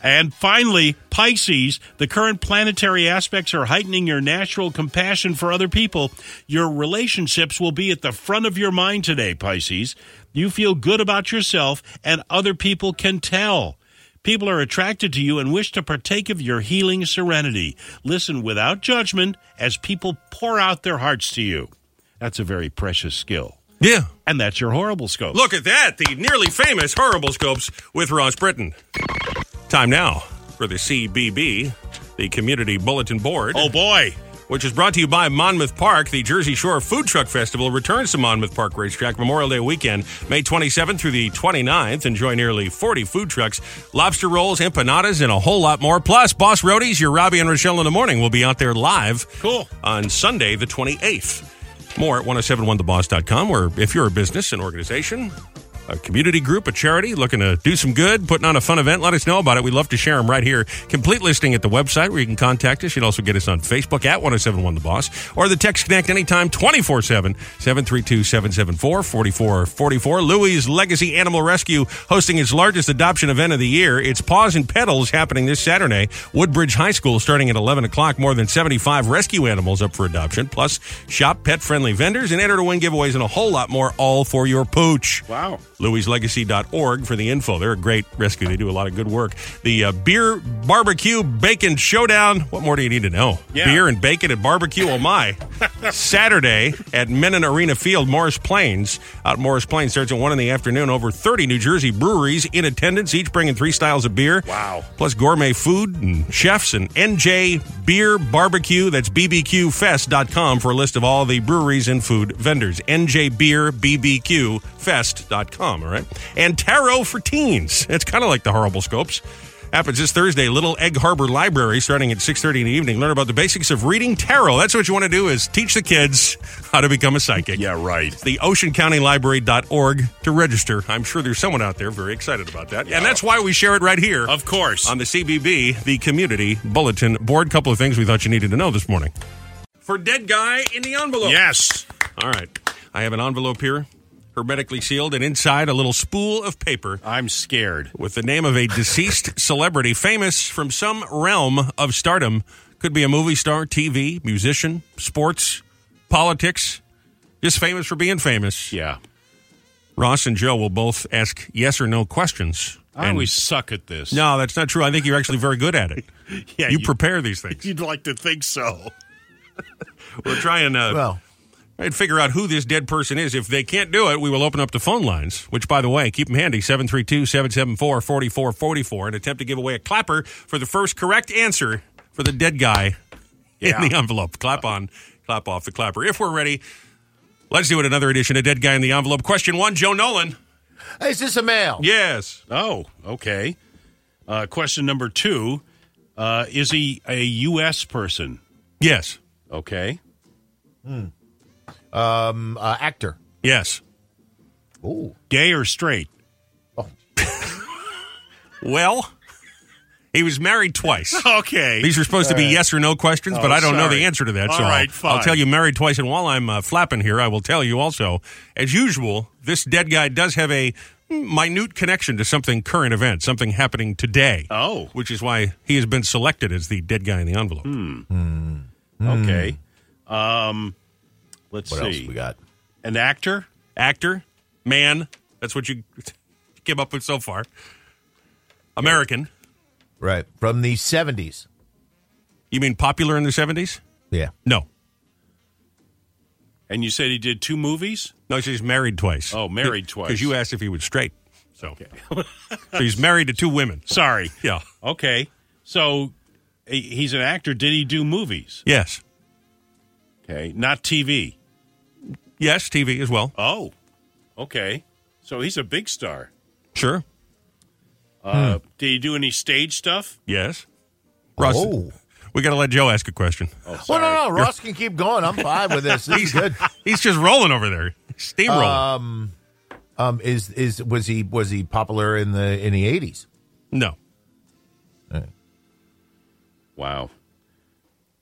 B: And finally, Pisces, the current planetary aspects are heightening your natural compassion for other people. Your relationships will be at the front of your mind today, Pisces. You feel good about yourself, and other people can tell. People are attracted to you and wish to partake of your healing serenity. Listen without judgment as people pour out their hearts to you. That's a very precious skill.
F: Yeah.
B: And that's your horrible scope.
F: Look at that. The nearly famous horoscopes with Ross Britton. Time now for the CBB, the Community Bulletin Board.
B: Oh, boy.
F: which is brought to you by Monmouth Park. The Jersey Shore Food Truck Festival returns to Monmouth Park Racetrack Memorial Day weekend, May 27th through the 29th. Enjoy nearly 40 food trucks, lobster rolls, empanadas, and a whole lot more. Plus, Boss Roadies, your Robbie and Rochelle in the morning will be out there live.
B: Cool.
F: On Sunday, the 28th. More at 1071theboss.com, where if you're a business, an organization, a community group, a charity looking to do some good, putting on a fun event, let us know about it. We'd love to share them right here. Complete listing at the website where you can contact us. You can also get us on Facebook at 1071 The Boss or the Text Connect anytime 24 7 732 774 4444. Louis Legacy Animal Rescue hosting its largest adoption event of the year. It's Paws and Pedals happening this Saturday. Woodbridge High School starting at 11 o'clock. More than 75 rescue animals up for adoption, plus shop pet friendly vendors and enter to win giveaways and a whole lot more, all for your pooch
B: Wow.
F: louislegacy.org for the info. They're a great rescue. They do a lot of good work. The uh, beer barbecue bacon showdown. What more do you need to know?
B: Yeah.
F: Beer and bacon and barbecue. Oh my! Saturday at Menon Arena Field, Morris Plains. Out Morris Plains starts at one in the afternoon. Over thirty New Jersey breweries in attendance, each bringing three styles of beer.
B: Wow.
F: Plus gourmet food and chefs and NJ Beer Barbecue. That's bbqfest.com for a list of all the breweries and food vendors. NJ Beer BBQ Fest.com, all right? And Tarot for Teens. It's kind of like the Horrible Scopes. Happens this Thursday, Little Egg Harbor Library, starting at 6.30 in the evening. Learn about the basics of reading tarot. That's what you want to do is teach the kids how to become a psychic.
B: Yeah, right.
F: The oceancountylibrary.org to register. I'm sure there's someone out there very excited about that. And that's why we share it right here
B: Of course.
F: on the CBB, the Community Bulletin Board. Couple of things we thought you needed to know this morning. For dead guy in the envelope.
B: yes.
F: All right. I have an envelope here, hermetically sealed, and inside a little spool of paper
B: I'm scared.
F: with the name of a deceased celebrity famous from some realm of stardom. Could be a movie star, TV, musician, sports, politics. Just famous for being famous.
B: Yeah.
F: Ross and Joe will both ask yes or no questions.
B: I
F: And-
B: always suck at this.
F: no, that's not true. I think you're actually very good at it.
B: yeah,
F: You
B: you-
F: prepare these things.
B: you'd like to think so.
F: We'll try and uh,
C: Well,
F: I'd figure out who this dead person is. If they can't do it, we will open up the phone lines, which, by the way, keep them handy 732 774 4444 and attempt to give away a clapper for the first correct answer for the dead guy in the envelope. Clap on, clap off the clapper. If we're ready, let's do it another edition of Dead Guy in the Envelope. Question one Joe Nolan.
C: hey, is this a male?
F: Yes.
B: Oh, okay. Uh, question number two uh, Is he a U.S. person?
F: Yes.
B: Okay.
C: Um, uh, actor.
F: Yes.
C: Ooh.
B: Gay or straight?
F: Well, he was married twice.
B: Okay.
F: These are supposed to be yes or no questions, but
B: Oh,
F: I don't know the
B: sorry.
F: answer to that.
B: All
F: so I'll-
B: right,
F: I'll,
B: fine.
F: tell you married twice. And while I'm uh, flapping here, I will tell you also, as usual, this dead guy does have a minute connection to something current event, something happening today.
B: Oh.
F: Which is why he has been selected as the dead guy in the envelope.
B: Hmm. Okay. Um, let's
C: Hmm. What
B: see.
C: else we got?
B: An actor?
F: Actor, man, that's what you came up with so far. American.
C: Right from the seventies.
F: You mean popular in the 70s?
C: Yeah.
F: No.
B: And you said he did two movies?
F: No, she's married twice.
B: Oh, married twice.
F: Because you asked if he was straight. So, so he's married to two women.
B: Sorry.
F: Yeah.
B: Okay. So he- he's an actor. Did he do movies?
F: Yes.
B: Okay. Not TV.
F: Yes, TV as well.
B: Oh. Okay. So he's a big star.
F: Sure.
B: Uh, Did he do any stage stuff?
F: Yes. Ross,
C: Oh.
F: we got to let Joe ask a question.
B: Oh,
C: Well,
B: sorry.
C: no, no. Ross can keep going. I'm fine with this. This is good.
F: He's just rolling over there, steamrolling.
B: Uh,
C: Um, is is was he was he popular in the in the eighties? Uh,
F: no.
B: Wow.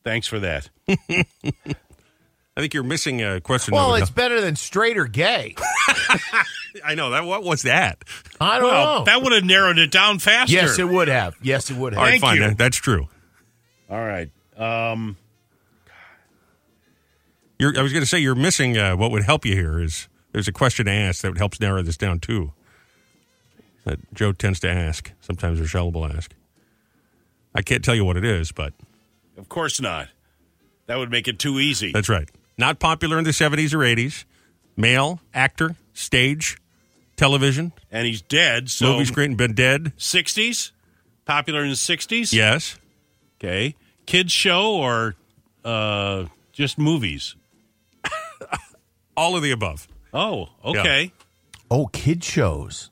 B: Thanks for that.
F: I think you're missing a question.
C: Well,
F: number-
C: it's better than straight or gay.
F: I know that. What was that?
C: I don't
B: Well,
C: know.
B: that would have narrowed it down faster.
C: yes, it would have. Yes, it would have.
F: All right,
B: Thank
F: fine.
B: you.
F: that- that's true.
B: All right. Um,
F: You're, I was going to say you're missing uh, what would help you here is there's a question to ask that helps narrow this down too. That Joe tends to ask sometimes, Rochelle will ask. I can't tell you what it is, but
B: of course not. That would make it too easy.
F: That's right. Not popular in the 70s or 80s. Male, actor, stage, television,
B: and he's dead. So
F: movie screen, been dead.
B: 60s? Popular in the 60s?
F: Yes.
B: Okay. Kids show or uh, just movies?
F: All of the above.
B: Oh, okay.
C: Oh, kid shows.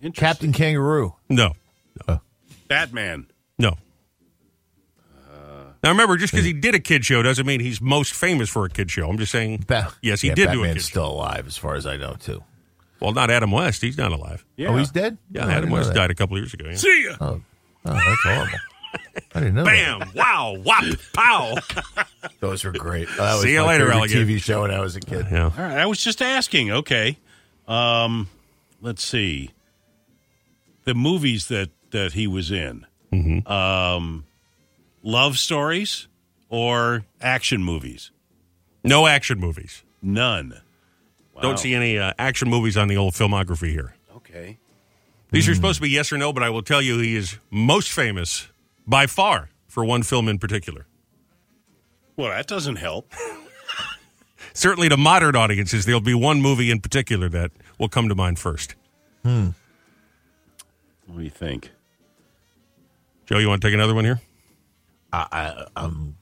B: Interesting.
C: Captain Kangaroo.
F: No,
B: Batman.
F: no. now remember, just because he did a kid show doesn't mean he's most famous for a kid show. I'm just saying.
C: Ba-
F: yes, he
C: Yeah,
F: did do a
C: Batman's
F: kid show.
C: still alive, as far as I know, too.
F: Well, not Adam West. He's not alive.
B: Yeah.
C: Oh, he's dead. Oh,
F: Yeah,
C: I
F: Adam
C: didn't know
F: West
C: that.
F: died a couple years ago. yeah.
B: See ya.
C: Oh, that's horrible. I didn't know. that.
F: Bam! Wow! Wop! Pow!
C: Those were great. That was
F: See you
C: my
F: later,
C: favorite
F: alligator.
C: TV show when I was a kid.
F: yeah.
B: All right. I was just asking. Okay. Um, let's see. The movies that, that he was in um, love stories or action movies?
F: No action movies.
B: None. Wow.
F: Don't see any uh, action movies on the old filmography here.
B: Okay.
F: These are supposed to be yes or no, but I will tell you he is most famous by far for one film in particular.
B: Well, that doesn't help.
F: Certainly to modern audiences, there'll be one movie in particular that will come to mind first.
B: What do you think?
F: Joe, you want to take another one here?
C: I, I, I'm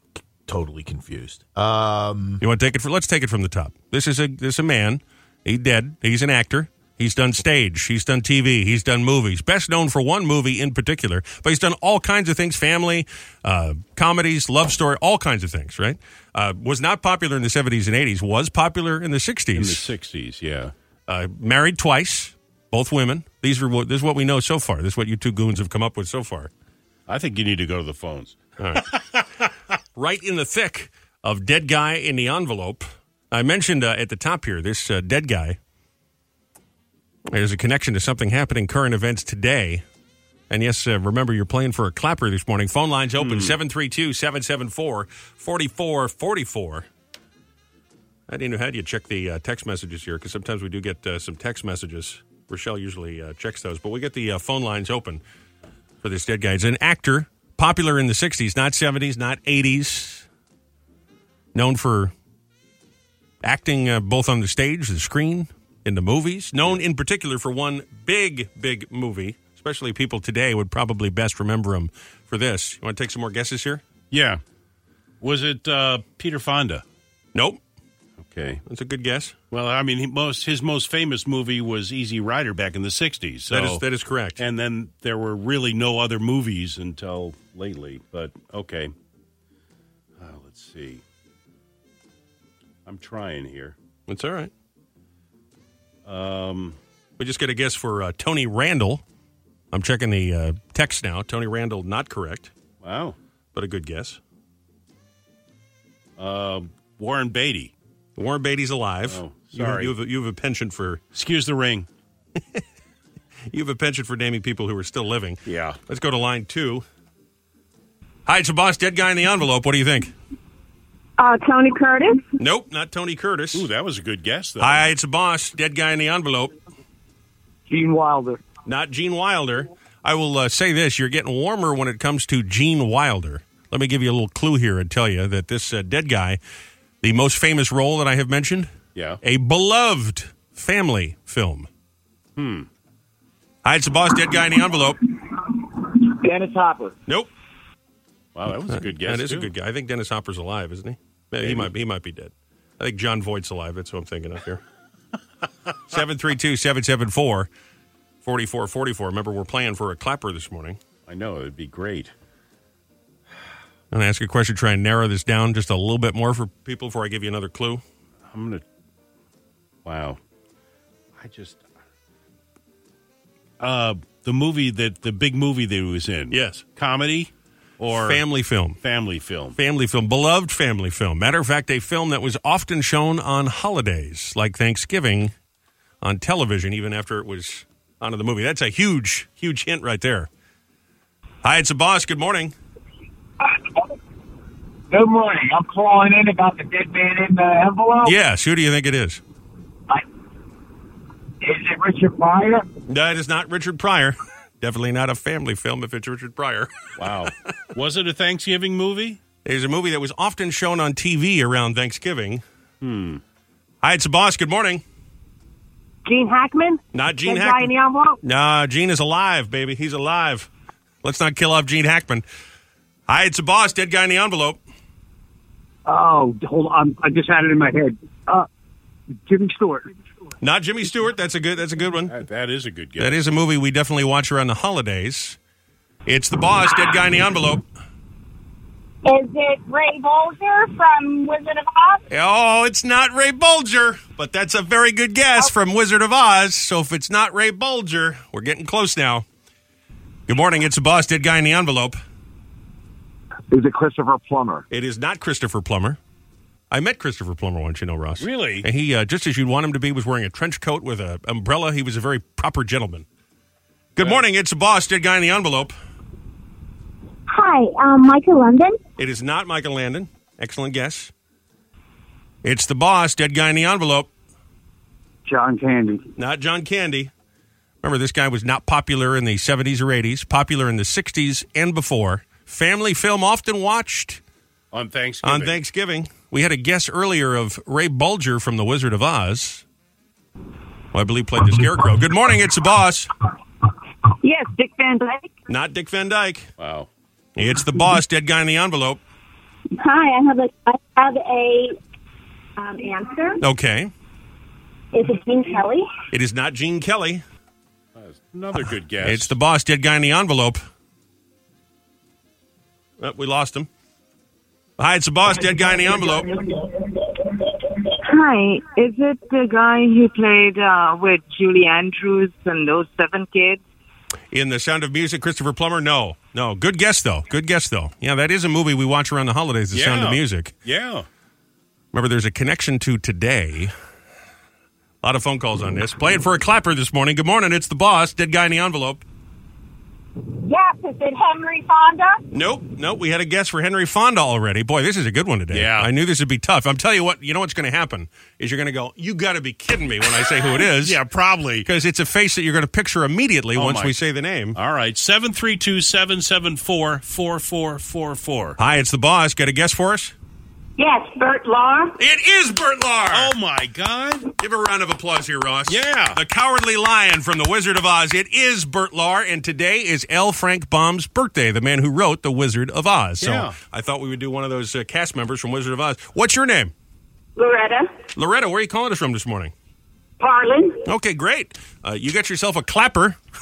C: totally confused. Uh,
F: You want to take it for let's take it from the top. This is a this is a man. He dead. He's an actor. He's done stage, he's done TV, he's done movies. Best known for one movie in particular, but he's done all kinds of things family, uh, comedies, love story, all kinds of things, right? Uh, was not popular in the 70s and 80s, was popular in the 60s.
B: in the 60s, yeah.
F: uh, married twice, both women. These are what, this is what we know so far. This is what you two goons have come up with so far.
B: I think you need to go to the phones.
F: right in the thick of Dead Guy in the Envelope. I mentioned uh, at the top here this uh, Dead Guy. There's a connection to something happening, current events today. And yes, uh, remember, you're playing for a clapper this morning. Phone lines open 732 774 4444. I didn't know how do you check the uh, text messages here because sometimes we do get uh, some text messages. Rochelle usually uh, checks those, but we get the uh, phone lines open for this dead guy. He's an actor, popular in the 60s, not 70s, not 80s. Known for acting uh, both on the stage, the screen, in the movies. Known in particular for one big, big movie. Especially people today would probably best remember him for this. You want to take some more guesses here?
B: Yeah. Was it uh, Peter Fonda?
F: Nope.
B: Okay.
F: That's a good guess.
B: Well, I mean, he most his most famous movie was Easy Rider back in the 60s. So
F: That is that is correct.
B: and then there were really no other movies until lately. But okay, uh, let's see. I'm trying here.
F: That's all right.
B: Um,
F: We just get a guess for uh, Tony Randall. I'm checking the uh, text now. Tony Randall, not correct,
B: wow,
F: but a good guess.
B: uh, Warren Beatty.
F: Warren Beatty's alive.
B: Oh,
F: You-
B: sorry.
F: You, have a, you have a penchant for
B: Excuse the ring.
F: you have a penchant for naming people who are still living.
B: Yeah.
F: Let's go to line two. Hi, it's the boss, dead guy in the envelope. What do you think?
G: Uh, Tony Curtis.
F: Nope, not Tony Curtis.
B: Ooh, that was a good guess though.
F: Hi, it's the boss, dead guy in the envelope.
H: Gene Wilder.
F: Not Gene Wilder. I will uh, say this: you're getting warmer when it comes to Gene Wilder. Let me give you a little clue here and tell you that this uh, dead guy, the most famous role that I have mentioned,
B: Yeah.
F: a beloved family film. Hmm. Hi, it's the boss, dead guy in the envelope.
H: Dennis Hopper.
F: Nope.
B: Wow, that was a good guess.
F: That is a
B: too.
F: good guy. I think Dennis Hopper's alive, isn't he? Maybe. He might be. He might be dead. I think John Voight's alive. That's what I'm thinking of here. 732-774-4444. Remember, we're playing for a clapper this morning.
B: I know it'd be great.
F: I'm going to ask you a question, try and narrow this down just a little bit more for people before I give you another clue.
B: I'm gonna. Wow, I just. Uh, the movie that the big movie that he was in.
F: Yes.
B: Comedy, or
F: Family film.
B: family film.
F: Family film. Beloved family film. Matter of fact, a film that was often shown on holidays like Thanksgiving on television, even after it was onto the movie. That's a huge, huge hint right there. Hi, it's a boss. Good morning.
H: Good morning. I'm calling in about the dead man in the envelope.
F: Yes. Who do you think it is?
H: Is it Richard Pryor?
F: That is not Richard Pryor. Definitely not a family film if it's Richard Pryor.
B: Wow, was it a Thanksgiving movie?
F: There's a movie that was often shown on TV around Thanksgiving. Hmm. Hi, it's a boss. Good morning.
G: Gene Hackman.
F: Not Gene
G: That guy in
F: Hackman.
G: the envelope.
F: Nah, Gene is alive, baby. He's alive. Let's not kill off Gene Hackman. Hi, it's a boss. Dead guy in the envelope.
H: Oh, hold on. I just had it in my head. Uh, Jimmy Stewart.
F: Not Jimmy Stewart. That's a good. That's a good one.
B: That, that is a good guess.
F: That is a movie we definitely watch around the holidays. It's the boss. Dead guy in the envelope.
G: Is it Ray Bolger from Wizard of Oz?
F: Oh, it's not Ray Bulger, but that's a very good guess from Wizard of Oz. So if it's not Ray Bulger, we're getting close now. Good morning. It's the boss. Dead guy in the envelope.
H: Is it Christopher Plummer?
F: It is not Christopher Plummer. I met Christopher Plummer once, you know, Ross.
B: Really?
F: And he, uh, just as you'd want him to be, was wearing a trench coat with an umbrella. He was a very proper gentleman. Good morning. It's the boss. Dead guy in the envelope.
G: Hi, um, Michael London.
F: It is not Michael Landon. Excellent guess. It's the boss. Dead guy in the envelope.
H: John Candy.
F: not John Candy. Remember, this guy was not popular in the 70s or 80s, popular in the 60s and before. Family film often watched
B: on Thanksgiving.
F: on Thanksgiving. We had a guess earlier of Ray Bulger from The Wizard of Oz, who I believe played the Scarecrow. Good morning, it's the boss.
G: Yes, Dick Van Dyke.
F: Not Dick Van Dyke.
B: Wow.
F: It's the boss, dead guy in the envelope.
G: Hi, I have a I have a um, answer.
F: Okay.
G: Is it Gene Kelly?
F: It is not Gene Kelly.
B: Another good guess.
F: It's the boss, dead guy in the envelope. Uh, we lost him. Hi, it's the boss, dead guy in the envelope.
I: Hi, is it the guy who played uh, with Julie Andrews and those seven kids?
F: In The Sound of Music, Christopher Plummer? No. No. Good guess, though. Good guess, though. Yeah, that is a movie we watch around the holidays, The Sound of
B: Yeah.
F: Music.
B: Yeah.
F: Remember, there's a connection to today. A lot of phone calls on this. Playing for a clapper this morning. Good morning. It's the boss, dead guy in the envelope.
G: Yes, is it Henry Fonda?
F: Nope, nope. We had a guess for Henry Fonda already. Boy, this is a good one today.
B: Yeah.
F: I knew this would be tough. I'm telling you what. You know what's going to happen is you're going to go. You got to be kidding me when I say who it is.
B: Yeah, probably.
F: because it's a face that you're going to picture immediately once
B: my-
F: we say the name.
B: All right. 732 774 4444.
F: Hi, it's the boss. Got a guess for us?
G: Yes, Bert Lahr.
F: It is Bert Lahr.
B: Oh, my God.
F: Give a round of applause here, Ross.
B: Yeah.
F: The Cowardly Lion from The Wizard of Oz. It is Bert Lahr, and today is L. Frank Baum's birthday, the man who wrote The Wizard of Oz. So
B: Yeah.
F: I thought we would do one of those uh, cast members from Wizard of Oz. What's your name?
G: Loretta.
F: Loretta, where are you calling us from this morning?
G: Parlin.
F: Okay, great. Uh, you got yourself a clapper.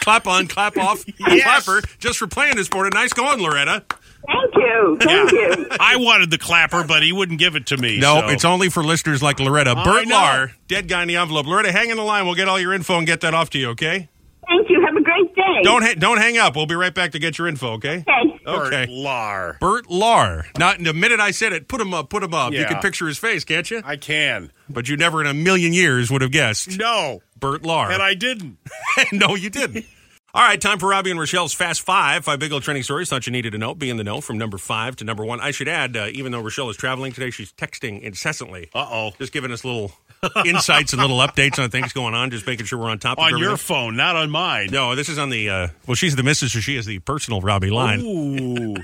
F: clap on, clap off,
B: Yes.
F: clapper. Just for playing this morning. Nice going, Loretta.
G: Thank you. Thank you.
B: I wanted the clapper, but he wouldn't give it to me.
F: No,
B: so-
F: it's only for listeners like Loretta.
B: I
F: Bert
B: know.
F: Lahr, dead guy in the envelope. Loretta, hang in the line. We'll get all your info and get that off to you, okay?
G: Thank you. Have a great day.
F: Don't ha- don't hang up. We'll be right back to get your info. Okay.
G: Okay.
B: Bert
F: Okay.
B: Lahr.
F: Bert Lahr. Not in the minute I said it. Put him up. Put him up. You
B: Yeah.
F: can picture his face, can't you?
B: I can.
F: But you never in a million years would have guessed
B: No.
F: Bert Lahr.
B: And I didn't.
F: no, you didn't. All right, time for Robbie and Rochelle's Fast Five. Five big old trending stories. Thought you needed to know. Be in the know from number five to number one. I should add, uh, even though Rochelle is traveling today, she's texting incessantly.
B: Uh oh.
F: Just giving us little insights and little updates on things going on. Just making sure we're on top of
B: On
F: everything.
B: your phone, not on mine.
F: no, this is on the, uh, well, she's the missus, so she is the personal Robbie line.
B: Ooh.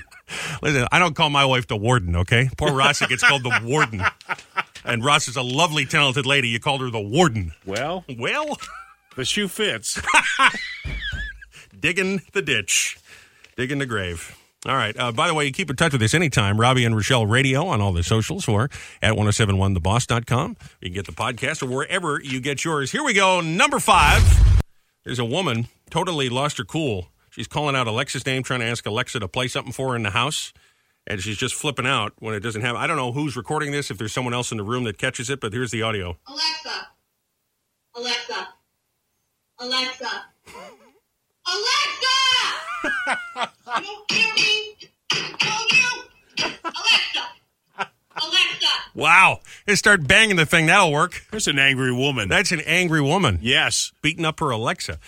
F: Listen, I don't call my wife the warden, okay? Poor Rossi gets called the warden. And Ross is a lovely, talented lady. You called her the warden.
B: Well,
F: Well,
B: the shoe fits.
F: digging the ditch, digging the grave. All right. Uh, by the way, you keep in touch with us anytime. Robbie and Rochelle Radio on all the socials or at 1071theboss.com. You can get the podcast or wherever you get yours. Here we go. Number five. There's a woman totally lost her cool. She's calling out Alexa's name, trying to ask Alexa to play something for her in the house. And she's just flipping out when it doesn't happen. I don't know who's recording this, if there's someone else in the room that catches it, but here's the audio.
J: Alexa. Alexa. Alexa. Alexa! you don't hear me? I told you. Alexa. Alexa.
F: Wow. And start banging the thing. That'll work.
B: There's an angry woman.
F: That's an angry woman.
B: yes.
F: beating up her Alexa.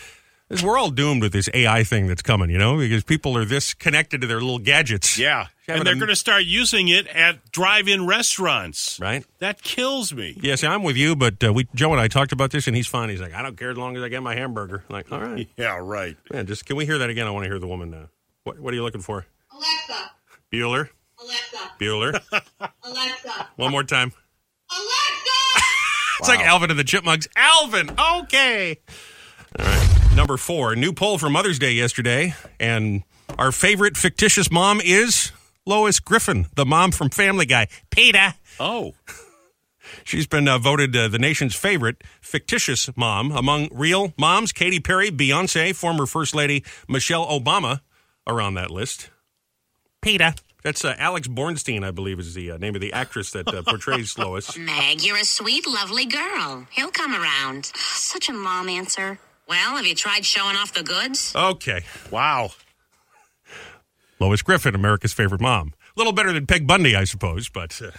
F: 'Cause We're all doomed with this AI thing that's coming, you know, because people are this connected to their little gadgets.
B: Yeah.
F: Having
B: And they're
F: a-
B: going to start using it at drive in restaurants.
F: Right?
B: That kills me.
F: Yeah, see, I'm with you, but uh, we Joe and I talked about this, and he's fine. He's like, I don't care as long as I get my hamburger. I'm like, all right,
B: Yeah, right.
F: man, just can we hear that again? I want to hear the woman. Uh, what What are you looking for?
J: Alexa.
F: Bueller,
J: Alexa.
F: Bueller.
J: Alexa.
F: One more time.
J: Alexa!
F: It's like Alvin and the Chipmunks. Alvin, okay. All right. Number four, new poll for Mother's Day yesterday, and our favorite fictitious mom is Lois Griffin, the mom from Family Guy. Peter.
B: Oh.
F: She's been uh, voted uh, the nation's favorite fictitious mom among real moms. Katy Perry, Beyonce, former First Lady Michelle Obama are on that list. Peter. That's uh, Alex Bornstein, I believe, is the uh, name of the actress that uh, portrays Lois.
J: Meg, you're a sweet, lovely girl. He'll come around. Such a mom answer. Well, have you tried showing off the goods?
F: Okay.
B: Wow.
F: Lois Griffin, America's favorite mom. A little better than Peg Bundy, I suppose, but. Uh.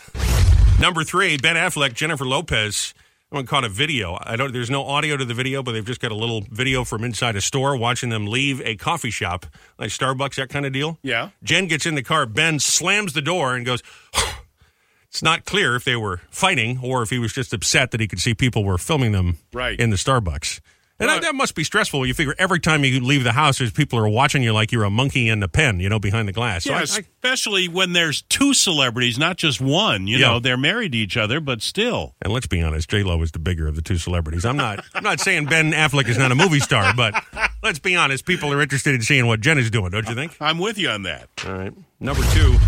F: Number three, Ben Affleck, Jennifer Lopez. Someone caught a video. I don't. There's no audio to the video, but they've just got a little video from inside a store, watching them leave a coffee shop, like Starbucks, that kind of deal.
B: Yeah.
F: Jen gets in the car. Ben slams the door and goes. it's not clear if they were fighting or if he was just upset that he could see people were filming them
B: Right.
F: in the Starbucks. And
B: Right.
F: that, that must be stressful. You figure every time you leave the house, there's people are watching you like you're a monkey in a pen, you know, behind the glass. So
B: Yeah,
F: I- I-
B: especially when there's two celebrities, not just one. You
F: Yeah.
B: know, they're married to each other, but still.
F: And let's be honest, J Lo is the bigger of the two celebrities. I'm not. I'm not saying Ben Affleck is not a movie star, but let's be honest, people are interested in seeing what Jen is doing, don't you think?
B: I'm with you on that.
F: All right. Number two,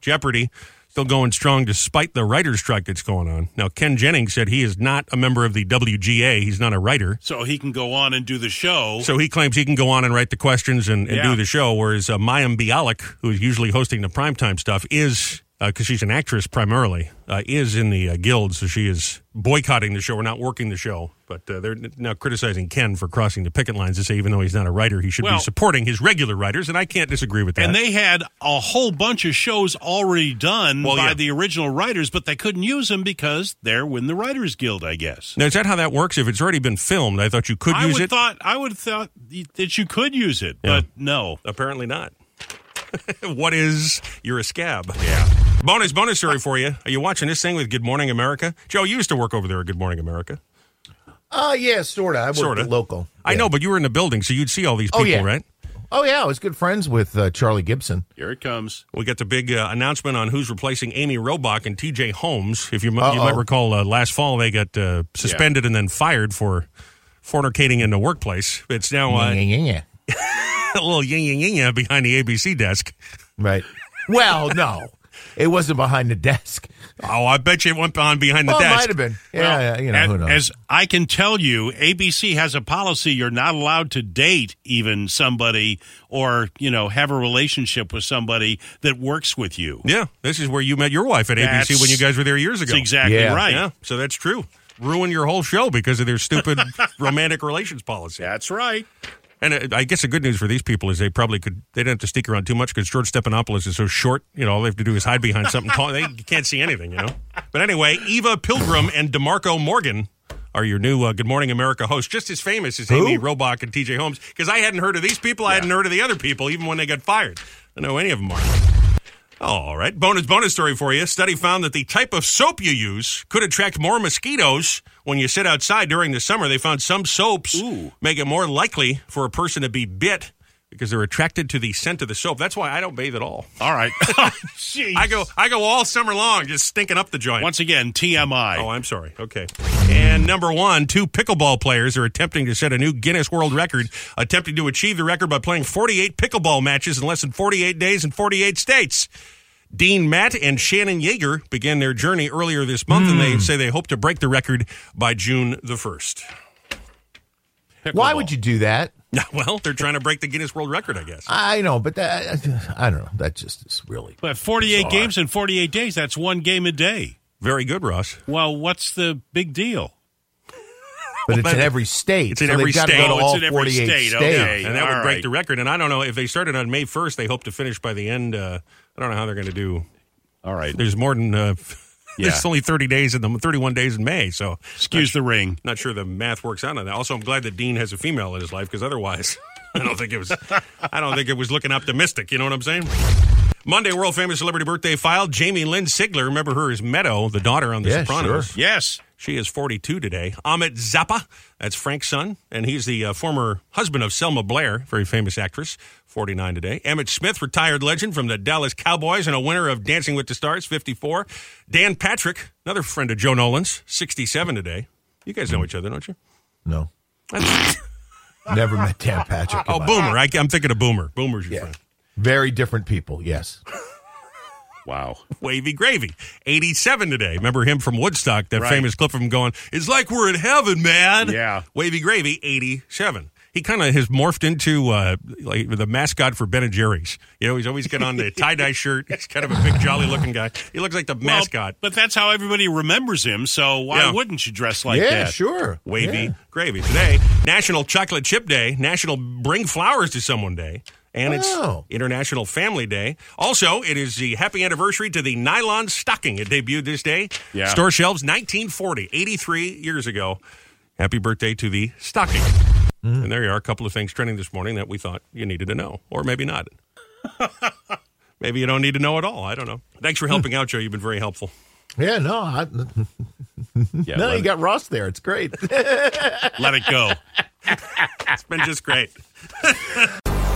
F: Jeopardy. It's
A: still going strong despite the writer's strike that's going on. Now, Ken Jennings said he is not a member of the WGA. He's not a writer.
B: So he can go on and do the show.
A: So he claims he can go on and write the questions and, and
B: Yeah.
A: do the show, whereas uh, Mayim Bialik, who is usually hosting the primetime stuff, is, because she's an actress primarily, uh, is in the uh, guild, so she is boycotting the show or not working the show. But uh, they're n- now criticizing Ken for crossing the picket lines to say even though he's not a writer, he should
B: Well-
A: be supporting his regular writers, and I can't disagree with that.
B: And they had a whole bunch of shows already done by the original writers, but they couldn't use them because they're with the Writers Guild, I guess.
A: Now, is that how that works? If it's already been filmed, I thought you could
B: I
A: use
B: would
A: it.
B: thought I would have thought that you could use it,
A: Yeah.
B: but no.
A: Apparently not. what is you're a scab? Yeah. Bonus, bonus story for you. Are you watching this thing with Good Morning America? Joe, you used to work over there at Good Morning America.
C: Uh, yeah, sort of. I worked
A: Sorta.
C: at local.
A: I know, but you were in the building, so you'd see all these
C: Oh,
A: people,
C: yeah.
A: right?
C: Oh, yeah. I was good friends with uh, Charlie Gibson.
B: Here it comes.
A: We got the big uh, announcement on who's replacing Amy Robach and T.J. Holmes. If you, mi- you
C: Uh-oh.
A: might recall, uh, last fall they got uh, suspended and then fired for fornicating in the workplace. It's now uh,
C: Yeah, yeah, yeah.
A: a little yin yin yin yin behind the ABC desk.
C: Right. Well, no. It wasn't behind the desk.
A: Oh, I bet you it went behind behind the
C: Well, it
A: desk.
C: might have been. Yeah, yeah, you know,
B: as,
C: who knows?
B: as I can tell you, ABC has a policy you're not allowed to date even somebody or, you know, have a relationship with somebody that works with you.
A: Yeah, this is where you met your wife at ABC
B: That's-
A: when you guys were there years
B: That's
A: ago.
B: exactly
C: Yeah.
B: right.
A: Yeah, so that's true. Ruin your whole show because of their stupid romantic relations policy.
B: That's right.
A: And uh, I guess the good news for these people is they probably could they don't have to sneak around too much because George Stephanopoulos is so short. You know, all they have to do is hide behind something. tall. They can't see anything. You know. But anyway, Eva Pilgrim and Demarco Morgan are your new uh, Good Morning America hosts, just as famous as Amy Robach and T.J. Holmes. Because I hadn't heard of these people, I hadn't heard of the other people, even when they got fired. I don't know any of them are. All right. Bonus bonus story for you. Study found that the type of soap you use could attract more mosquitoes when you sit outside during the summer. They found some soaps make it more likely for a person to be bit because they're attracted to the scent of the soap. That's why I don't bathe at all.
B: All right. Oh,
A: I go I go all summer long just stinking up the joint.
B: Once again, TMI.
A: Oh, I'm sorry. Okay. And number one, two pickleball players are attempting to set a new Guinness World Record, attempting to achieve the record by playing 48 pickleball matches in less than 48 days in 48 states. Dean Matt and Shannon Yeager began their journey earlier this month, and
B: Hmm.
A: they say they hope to break the record by June the 1st.
C: Why would you do that?
A: Well, they're trying to break the Guinness World Record, I guess.
C: I know, but that, I don't know. That just is really.
B: But 48
C: Bizarre.
B: games in 48 days, that's one game a day.
A: Very good, Ross.
B: Well, what's the big deal?
C: But
A: Well,
C: it's
A: but
C: in every state.
A: it's in
C: so
A: every
C: they've gotta
A: state.
C: Go to
A: Oh, it's
C: all
B: in every
C: 48
B: state.
C: states.
B: Okay.
A: and that would
B: all
A: break
B: right.
A: the record. And I don't know if they started on May 1st, they hope to finish by the end. Uh, I don't know how they're going to do
B: All right.
A: there's more than uh,
B: Yeah.
A: there's only 30 days in the 31 days in May, so
B: Excuse the ring.
A: not sure the math works out on that. Also, I'm glad that Dean has a female in his life because otherwise, I don't think it was I don't think it was looking optimistic. You know what I'm saying? Monday, world famous celebrity birthday file. Jamie Lynn Sigler, remember her as Meadow, the daughter on The
C: Yeah,
A: Sopranos.
C: sure.
B: Yes.
A: She is 42 today. Amit Zappa, that's Frank's son, and he's the uh, former husband of Selma Blair, very famous actress, 49 today. Emmett Smith, retired legend from the Dallas Cowboys and a winner of Dancing with the Stars, 54. Dan Patrick, another friend of Joe Nolan's, 67 today. You guys know each other, don't you?
C: No. Never met Dan Patrick. in
A: Oh,
C: my
A: Boomer. I, I'm thinking of Boomer. Boomer's your
C: Yeah.
A: friend.
C: Very different people, yes.
B: Wow.
A: Wavy Gravy, 87 today. Remember him from Woodstock, that
B: Right.
A: famous clip of him going, It's like we're in heaven, man.
B: Yeah.
A: Wavy Gravy, 87. He kind of has morphed into uh, like the mascot for Ben and Jerry's. You know, he's always got on the tie dye shirt. He's kind of a big, jolly looking guy. He looks like the
B: Well,
A: mascot.
B: but that's how everybody remembers him, so why
A: Yeah.
B: wouldn't you dress like
C: yeah,
B: that?
C: sure.
A: Wavy
C: Yeah.
A: Gravy. Today, National Chocolate Chip Day, National Bring Flowers to Someone Day, and
C: Wow.
A: it's International Family Day. Also, it is the happy anniversary to the nylon stocking. It debuted this day.
B: Yeah.
A: Store shelves 1940, 83 years ago. Happy birthday to the stocking.
C: Mm.
A: And there you are, a couple of things trending this morning that we thought you needed to know, or maybe not. maybe you don't need to know at all. I don't know. Thanks for helping out, Joe. You've been very helpful.
C: Yeah, no. I, no, you got Ross there. It's great.
B: Let it go.
A: It's been just great.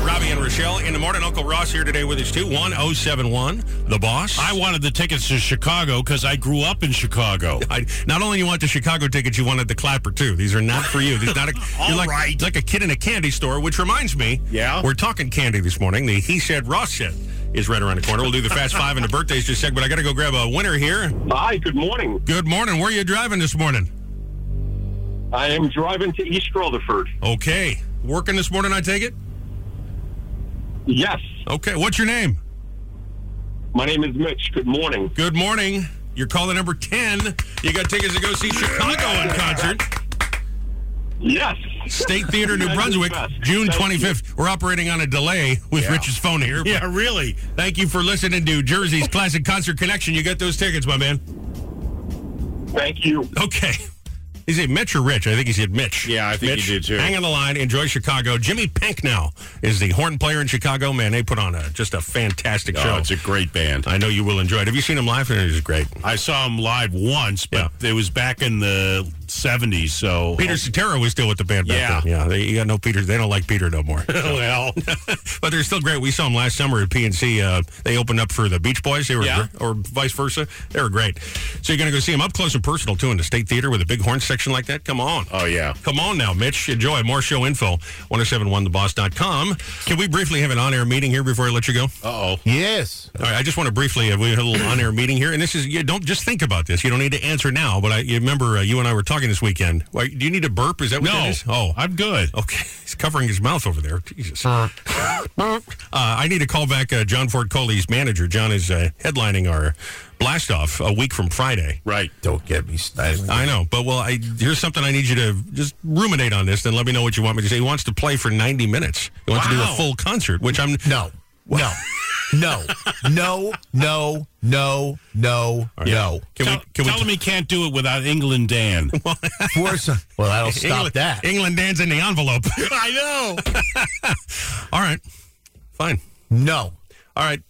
A: Robbie and Rochelle in the morning. Uncle Ross here today with us too. 1071, the boss.
B: I wanted the tickets to Chicago because I grew up in Chicago.
A: I, not only you want the Chicago tickets, you wanted the clapper too. These are not for you. These not a, you're like,
B: right.
A: like a kid in a candy store. Which reminds me,
B: Yeah?
A: we're talking candy this morning. The he said, Ross said. is right around the corner. We'll do the Fast Five and the birthdays just a sec, but I got to go grab a winner here.
K: Hi, good morning.
A: Good morning. Where are you driving this morning?
K: I am driving to East Rutherford.
A: Okay. Working this morning, I take it?
K: Yes.
A: Okay. What's your name?
K: My name is Mitch. Good morning.
A: Good morning. You're calling number 10. You got tickets to go see Chicago in concert.
K: Yes.
A: State Theater, New Brunswick, June 25th. We're operating on a delay with
B: Yeah.
A: Rich's phone here.
B: Yeah, really.
A: Thank you for listening to Jersey's Classic Concert Connection. You got those tickets, my man.
K: Thank you.
A: Okay. Is it Mitch or Rich? I think he said Mitch. Yeah, I
L: think
A: Mitch,
L: he did, too.
A: Hang on the line. Enjoy Chicago. Jimmy Pink now is the horn player in Chicago. Man, they put on a just a fantastic
L: Oh,
A: show.
L: it's a great band.
A: I know you will enjoy it. Have you seen him live? It is great.
B: I saw him live once, but it was back in the 70s, so.
A: Peter Cetera was still with the band back
B: Yeah.
A: then. Yeah, they, you got no Peter. They don't like Peter no more.
B: well,
A: but they're still great. We saw them last summer at PNC. Uh, they opened up for the Beach Boys. They were,
B: Yeah.
A: gr- or vice versa. They were great. So you're going to go see them up close and personal too in the State Theater with a big horn section like that. Come on.
L: Oh yeah.
A: Come on now, Mitch. Enjoy more show info. 1071theboss.com. Can we briefly have an on-air meeting here before I let you go?
B: Uh oh.
C: Yes.
A: All right, I just want to briefly. Uh, we had a little on-air meeting here, and this is. You don't just think about this. You don't need to answer now. But I you remember uh, you and I were talking this weekend. Why, do you need to burp? Is that what
B: No.
A: that is? Oh,
B: I'm good.
A: Okay, he's covering his mouth over there. Jesus. uh, I need to call back uh, John Ford Coley's manager. John is uh, headlining our blast off a week from Friday.
B: Right.
C: Don't get me started.
A: I know, but well, I, here's something I need you to just ruminate on this, then let me know what you want me to say. He wants to play for 90 minutes. He wants to do
B: Wow.
A: a full concert, which I'm
C: No. No. No. No. No. No. No. No.
A: Can
B: tell
A: we? Can
B: tell him
A: we?
B: he can't do it without England Dan.
C: For some, well, that'll stop
A: England,
C: that.
A: England Dan's in the envelope.
B: I know.
A: All right, fine.
C: No.
A: All right.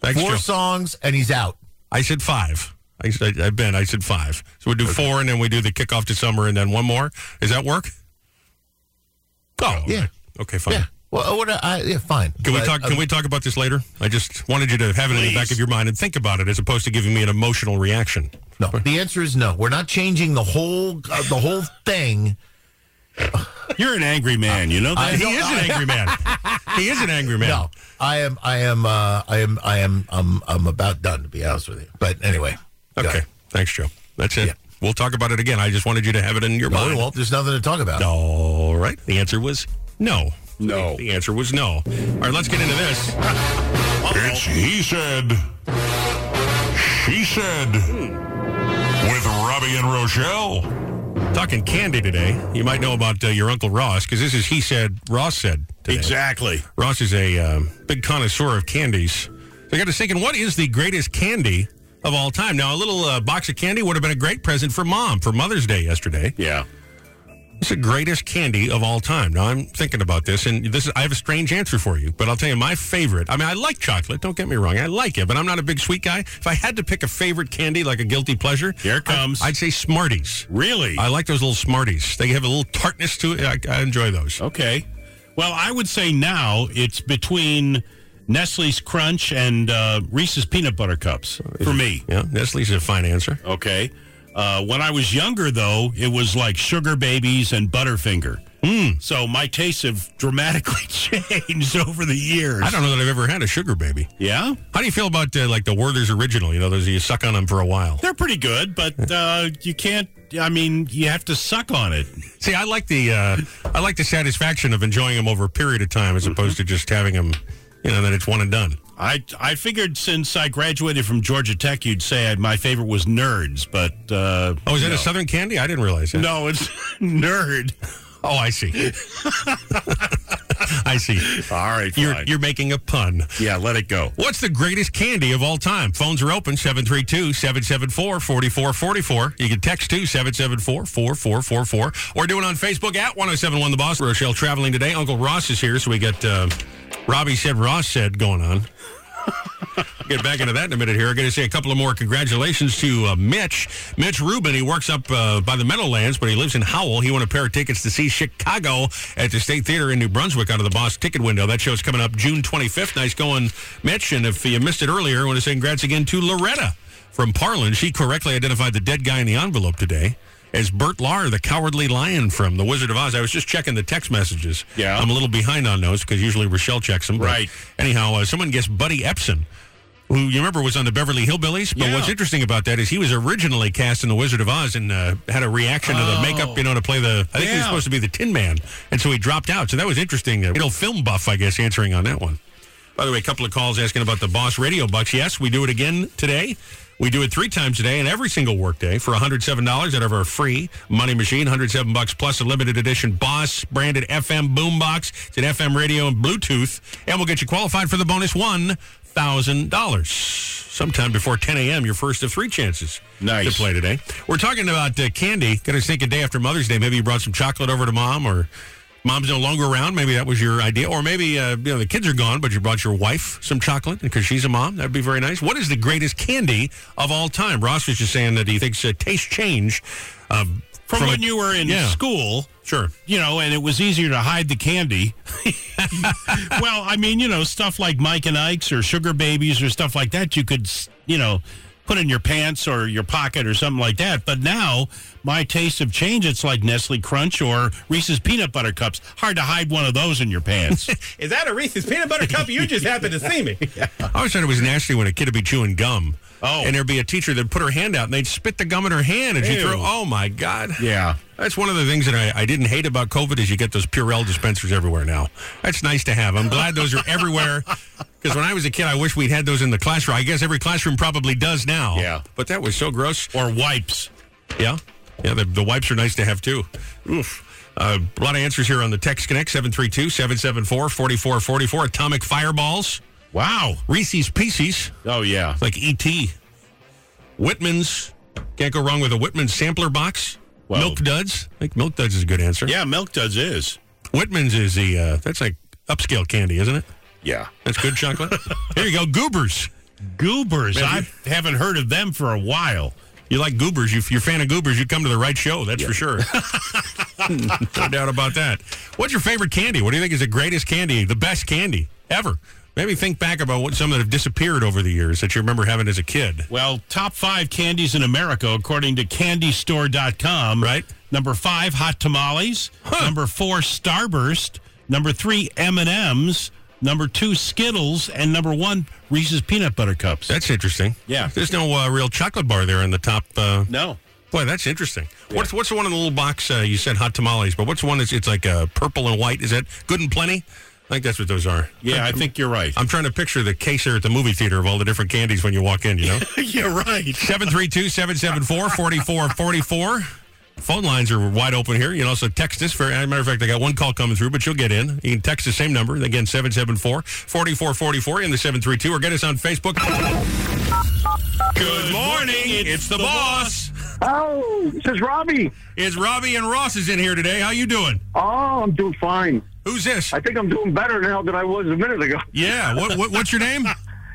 A: Thanks,
C: Four
A: Joe.
C: songs and he's out.
A: I said five. I, I, I Ben, I said five. So we do four, and then we do the kickoff to summer, and then one more. Does that work? Oh,
C: Yeah.
A: Okay, fine.
C: Yeah. Well, what I, yeah, fine.
A: Can we
C: But,
A: talk?
C: uh,
A: Can we talk about this later? I just wanted you to have it in the back of your mind and think about it, as opposed to giving me an emotional reaction.
C: No, the answer is no. We're not changing the whole uh, the whole thing.
B: You're an angry man, you know that?
A: he is an angry man. he is an angry man.
C: No, I am. I am. Uh, I am. I am. I'm. I'm about done to be honest with you. But anyway, go
A: Okay.
C: ahead.
A: Thanks, Joe. That's it.
C: Yeah.
A: We'll talk about it again. I just wanted you to have it in your
C: No, we
A: mind.
C: won't. There's nothing to talk about.
A: All right. The answer was no.
L: No.
A: The answer was no. All right. Let's get into this.
M: It's He Said, She Said, with Robbie and Rochelle.
A: Talking candy today. You might know about uh, your uncle Ross because this is he said Ross said. Today.
B: Exactly.
A: Ross is a um, big connoisseur of candies. So I got to thinking, what is the greatest candy of all time? Now, a little uh, box of candy would have been a great present for mom for Mother's Day yesterday.
B: Yeah.
A: It's the greatest candy of all time. Now I'm thinking about this, and this is, I have a strange answer for you, but I'll tell you my favorite. I mean, I like chocolate. Don't get me wrong, I like it, but I'm not a big sweet guy. If I had to pick a favorite candy, like a guilty pleasure,
B: Here it
A: I-
B: comes.
A: I'd say Smarties.
B: Really?
A: I like those little Smarties. They have a little tartness to it. I, I enjoy those.
B: Okay. Well, I would say now it's between Nestle's Crunch and uh, Reese's Peanut Butter Cups for me.
A: Yeah, Nestle's a fine answer.
B: Okay. Uh, when I was younger, though, it was like Sugar Babies and Butterfinger.
A: Hmm.
B: Mm. So my tastes have dramatically changed over the years.
A: I don't know that I've ever had a sugar baby.
B: Yeah,
A: How do you feel about uh, like the Werther's original? You know, those you suck on them for a while.
B: they're pretty good, but uh, you can't. I mean, you have to suck on it.
A: See, I like the uh, I like the satisfaction of enjoying them over a period of time as opposed to just having them. You know, that it's one and done.
B: I I figured since I graduated from Georgia Tech, you'd say I, my favorite was Nerds, but uh,
A: Oh, is that
B: no.
A: a Southern candy? I didn't realize that.
B: No, it's Nerd.
A: Oh, I see. I see.
B: All right, fine.
A: You're you're making a pun.
B: yeah, let it go.
A: What's the greatest candy of all time? Phones are open 732-774-4444. You can text to 774-4444 or do it on Facebook at 1071 The Boss. Rochelle traveling today. Uncle Ross is here, so we got uh, Robbie said Ross said going on. Get back into that in a minute here. I'm going to say a couple of more congratulations to uh, Mitch. Mitch Rubin, he works up uh, by the Meadowlands, but he lives in Howell. He won a pair of tickets to see Chicago at the State Theater in New Brunswick out of the Boss ticket window. That show's coming up June 25th. Nice going, Mitch. And if you missed it earlier, I want to say congrats again to Loretta from Parlin. She correctly identified the dead guy in the envelope today. as Bert Lahr, the Cowardly Lion from The Wizard of Oz. I was just checking the text messages.
B: Yeah.
A: I'm a little behind on those because usually Rochelle checks them. but
B: Right.
A: Anyhow, uh, someone guessed Buddy Epson. Who you remember was on the Beverly Hillbillies? But
B: Yeah.
A: what's interesting about that is he was originally cast in The Wizard of Oz and uh, had a reaction to the makeup, you know, to play the. I think he was
B: Oh. Yeah.
A: supposed to be the Tin Man, and so he dropped out. So that was interesting. Uh, you know, film buff, I guess, answering on that one. By the way, a couple of calls asking about the Boss Radio Bucks. Yes, we do it again today. We do it three times a day and every single workday for $107 out of our free money machine, 107 bucks plus a limited edition Boss branded FM boombox. It's an FM radio and Bluetooth, and we'll get you qualified for the bonus $1,000. Sometime before 10 a.m., your first of three chances nice. to play today. We're talking about uh, candy. Got to think a day after Mother's Day. Maybe you brought some chocolate over to mom or mom's no longer around. Maybe that was your idea, or maybe uh, you know the kids are gone, but you brought your wife some chocolate because she's a mom. That'd be very nice. What is the greatest candy of all time? Ross was just saying that he thinks uh, taste change uh,
B: From, when you were in
A: yeah.
B: school,
A: Sure.
B: you know, and it was easier to hide the candy. well, I mean, you know, stuff like Mike and Ike's or Sugar Babies or stuff like that, you could, s- you know, put in your pants or your pocket or something like that. But now, my tastes have changed. It's like Nestle Crunch or Reese's Peanut Butter Cups. Hard to hide one of those in your pants.
L: Is that a Reese's peanut butter cup? You just happened to see me.
A: I always thought it was nasty when a kid would be chewing gum.
B: Oh.
A: And there'd be a teacher that'd put her hand out and they'd spit the gum in her hand and she'd
B: Ew.
A: throw, oh my God.
B: Yeah.
A: That's one of the things that I, I didn't hate about COVID is you get those Purell dispensers everywhere now. That's nice to have. I'm glad those are everywhere because when I was a kid, I wish we'd had those in the classroom. I guess every classroom probably does now. Yeah. But that was so gross.
B: Or wipes.
A: Yeah. Yeah, the, the wipes are nice to have too. Oof. Uh, a lot of answers here on the text connect 732 774 4444. Atomic fireballs.
B: Wow.
A: Reese's Pieces.
B: Oh, yeah.
A: Like E.T. Whitman's. Can't go wrong with a Whitman sampler box. milk Duds. I think Milk Duds is a good answer.
B: Yeah, Milk Duds is.
A: Whitman's is the, uh, that's like upscale candy, isn't it?
B: yeah.
A: That's good chocolate. Here you go. Goobers.
B: Goobers.
A: Man,
B: I haven't heard of them for a while.
A: You like Goobers. You, you're a fan of Goobers. You come to the right show. That's for sure. no doubt about that. What's your favorite candy? What do you think is the greatest candy, the best candy ever? Maybe think back about what some that have disappeared over the years that you remember having as a kid.
B: Well, top five candies in America, according to candystore.com.
A: Right.
B: Number five, hot tamales. Number four, Starburst. Number three, M&M's. Number two, Skittles. And number one, Reese's Peanut Butter Cups.
A: That's interesting.
B: Yeah.
A: There's no uh, real chocolate bar there in the top. Uh,
B: No.
A: Boy, that's interesting. What's what's the one in the little box? Uh, you said hot tamales, but what's the one that's it's like uh, purple and white? Is that good and plenty? I think that's what those are.
B: Yeah, I think you're right.
A: I'm trying to picture the case there at the movie theater of all the different candies when you walk in. You know,
B: you're right.
A: 732-774-4444. Phone lines are wide open here. You can also text us. For, as a matter of fact, I got one call coming through, but you'll get in. You can text the same number, again, 774-4444 in the 732, or get us on Facebook. Good morning. It's, the, boss.
H: Oh, this is Robbie.
A: It's Robbie and Ross is in here today. How you doing?
H: Oh, I'm doing fine.
A: Who's this?
H: I think I'm doing better now than I was a minute ago.
A: Yeah. What, what, what's your name?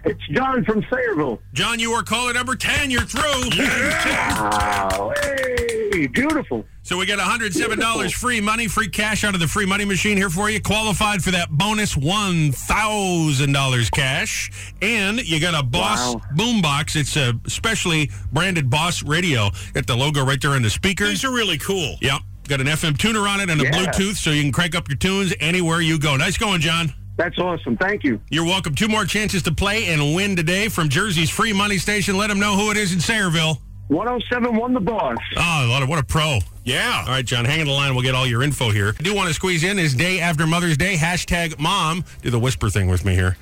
H: It's John from Sayreville.
A: John, you are caller number 10. You're through.
H: Wow. Hey, beautiful.
A: So we got $107 free money, free cash out of the free money machine here for you. Qualified for that bonus $1,000 cash. And you got a Boss
H: Wow.
A: boombox. It's a specially branded Boss radio. Got the logo right there on the speaker.
B: These are really cool.
A: Yep. Got an FM tuner on it and a
H: Yeah.
A: Bluetooth so you can crank up your tunes anywhere you go. Nice going, John.
H: That's awesome. Thank you.
A: You're welcome. Two more chances to play and win today from Jersey's free money station. Let them know who it is in Sayreville.
H: 107 won oh the boss.
A: Oh, what a, what a pro.
B: Yeah.
A: All right, John, hang on the line. We'll get all your info here. I do want to squeeze in is day after Mother's Day, hashtag mom. Do the whisper thing with me here.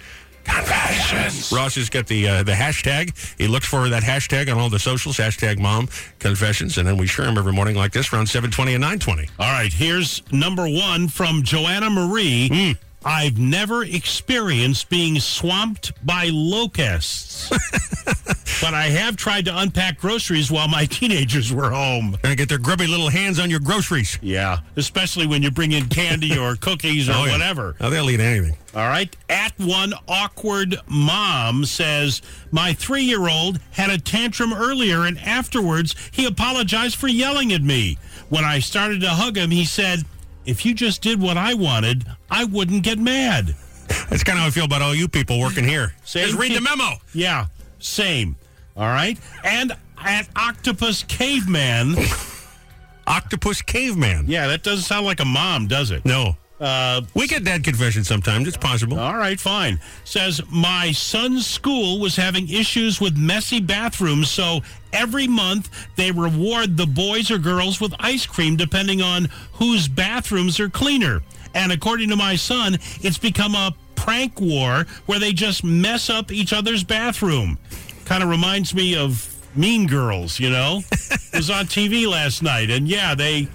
A: Confessions. Ross has got the uh, the hashtag. He looks for that hashtag on all the socials, hashtag mom confessions, and then we share them every morning like this around 720 and 920.
B: All right, here's number one from Joanna Marie. I've never experienced being swamped by locusts, but I have tried to unpack groceries while my teenagers were home.
A: Gonna get their grubby little hands on your groceries.
B: Yeah, especially when you bring in candy or cookies or
A: Oh, yeah.
B: whatever.
A: Oh, they'll eat anything.
B: All right. At one awkward mom says, My three year old had a tantrum earlier, and afterwards he apologized for yelling at me. When I started to hug him, he said, If you just did what I wanted, I wouldn't get mad.
A: That's kind of how I feel about all you people working here.
B: Same
A: Just read the
B: thing.
A: memo.
B: Yeah, same. All right. And at Octopus Caveman,
A: Octopus Caveman.
B: Yeah, that doesn't sound like a mom, does it?
A: No.
B: Uh,
A: we get dad confessions sometimes. It's possible.
B: All right, fine. Says my son's school was having issues with messy bathrooms, so every month they reward the boys or girls with ice cream depending on whose bathrooms are cleaner. And according to my son, it's become a prank war where they just mess up each other's bathroom. Kind of reminds me of Mean Girls, you know? it was on TV last night, and yeah, they.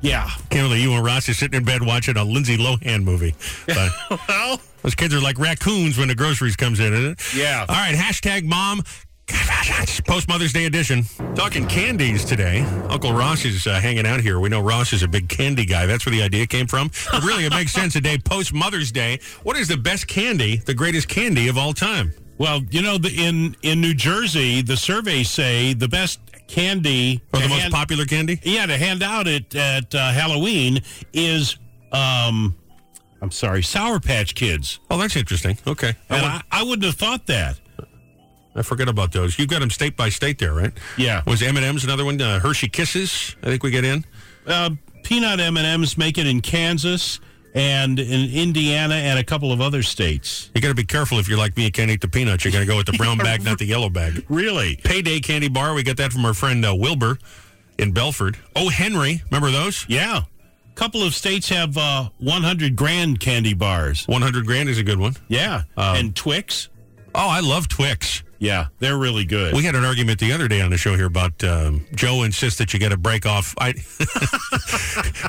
B: Yeah.
A: Can't believe you and Ross are sitting in bed watching a Lindsay Lohan movie. But
B: well,
A: those kids are like raccoons when the groceries comes in, isn't it?
B: Yeah.
A: All right, hashtag mom. Post Mother's Day edition. Talking candies today. Uncle Ross is uh, hanging out here. We know Ross is a big candy guy. That's where the idea came from. But really, it makes sense a day post Mother's Day. What is the best candy, the greatest candy of all time?
B: Well, you know, the, in in New Jersey, the surveys say the best candy
A: Or the
B: to
A: most
B: hand-
A: popular candy?
B: yeah to hand out at at uh, Halloween is um I'm sorry, Sour Patch Kids.
A: Oh, that's interesting. Okay. I,
B: And
A: wa-
B: I, I wouldn't have thought that.
A: I forget about those. You've got them state by state there, right?
B: Yeah.
A: Was M&M's another one? Uh, Hershey Kisses, I think we get in.
B: Uh, peanut M&Ms make it in Kansas and in Indiana and a couple of other states.
A: You got to be careful if you're like me and can't eat the peanuts. You're going to go with the brown bag, not the yellow bag.
B: Really?
A: Payday candy bar. We got that from our friend uh, Wilbur in Belford. Oh, Henry. Remember those?
B: Yeah. A couple of states have uh, 100 grand candy bars.
A: 100 grand is a good one.
B: Yeah. and Twix?
A: Oh, I love Twix.
B: Yeah, they're really good.
A: We had an argument the other day on the show here about um, Joe insists that you get a break off. I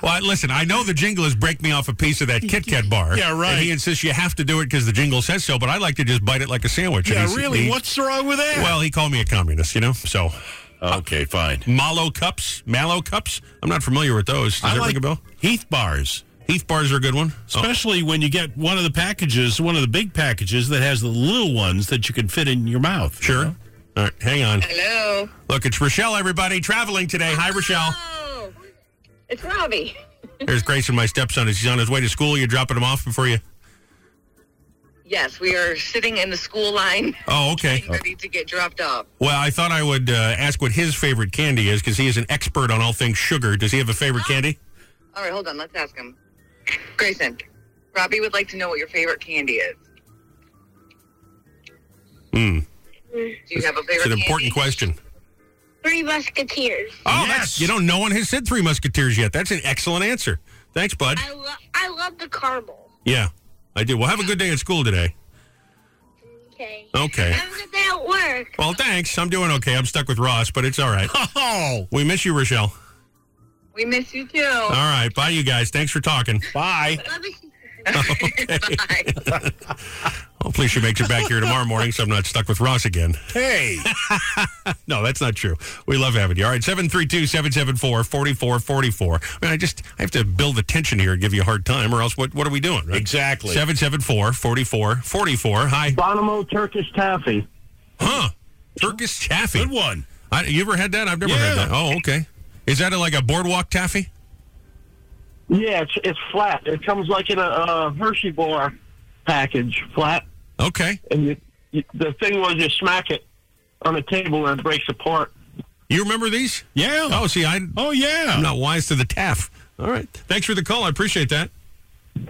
A: well, I- listen, I know the jingle is break me off a piece of that Kit Kat bar.
B: Yeah, right.
A: And he insists you have to do it because the jingle says so. But I like to just bite it like a sandwich. And
B: yeah,
A: he's-
B: really?
A: he-
B: What's wrong with that?
A: Well, he called me a communist, you know. So
B: okay, fine.
A: Mallow cups, Mallow cups. I'm not familiar with those. Does
B: I
A: that
B: like
A: ring a bell?
B: Heath bars.
A: Heath bars are a good one. Oh,
B: Especially when you get one of the packages, one of the big packages that has the little ones that you can fit in your mouth.
A: sure. All right, hang on.
I: Hello.
A: Look, it's Rochelle. Everybody traveling today. Hi, Rochelle.
I: Oh, it's Robbie.
A: There's Grayson, my stepson. He's on his way to school. You're dropping him off before you.
I: Yes, we are sitting in the school line,
A: Oh, okay.
I: ready to get dropped off.
A: Well, I thought I would uh, ask what his favorite candy is because he is an expert on all things sugar. Does he have a favorite candy?
I: All right, hold on. Let's ask him. Grayson, Robbie would like to know what your favorite candy is.
A: Hmm.
I: Do you have a favorite?
A: It's an
I: candy?
A: important question.
N: Three Musketeers.
A: Oh,
B: Yes.
A: that's, you know, no one has said Three Musketeers yet. That's an excellent answer. Thanks, bud.
N: I, lo- I love the caramel.
A: Yeah, I do. Well, have a good day at school today.
N: Okay.
A: Okay.
N: I'm gonna be at work.
A: Well, thanks. I'm doing okay. I'm stuck with Ross, but it's all right.
B: Oh,
A: We miss you, Rochelle.
I: We miss you too.
A: All right. Bye, you guys. Thanks for talking.
B: bye.
N: Love you.
I: Bye.
A: Hopefully, she makes it back here tomorrow morning so I'm not stuck with Ross again.
B: Hey.
A: No, that's not true. We love having you. All right, 732-774-4444. I mean, I just I have to build the tension here and give you a hard time, or else what, what are we doing? Right?
B: Exactly.
A: 774-4444. Hi.
H: Bonomo Turkish Taffy.
A: Huh. Turkish taffy.
B: Good one.
A: I, you ever had that? I've never had
B: Yeah.
A: that. Oh, okay. Is that a, like a boardwalk taffy?
H: Yeah, it's, it's flat. It comes like in a, uh Hershey bar package, flat.
A: Okay.
H: And you, you, the thing was, you smack it on a table and it breaks apart.
A: You remember these?
B: Yeah.
A: Oh, see, I,
B: Oh, yeah.
A: I'm not wise to the taff. All right. Thanks for the call. I appreciate that.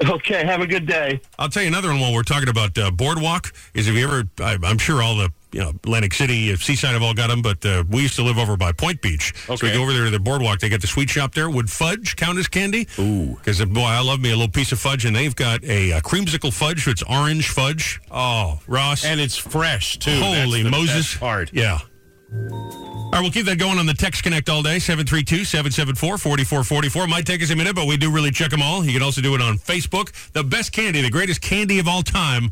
H: Okay, have a good day.
A: I'll tell you another one while we're talking about uh, boardwalk. Is if you ever, I, I'm sure all the you know Atlantic City, uh, Seaside have all got them, but uh, we used to live over by Point Beach. So we
B: Okay.
A: go over there to the boardwalk. They got the sweet shop there. Would fudge count as candy?
B: Ooh.
A: Because boy, I love me a little piece of fudge, and they've got a uh, creamsicle fudge. It's orange fudge. Oh, Ross,
B: And it's fresh, too.
A: holy
B: That's the
A: Moses!
B: best part.
A: Yeah. All right, we'll keep that going on the Text Connect all day, 732-774-4444. Might take us a minute, but we do really check them all. You can also do it on Facebook. The best candy, the greatest candy of all time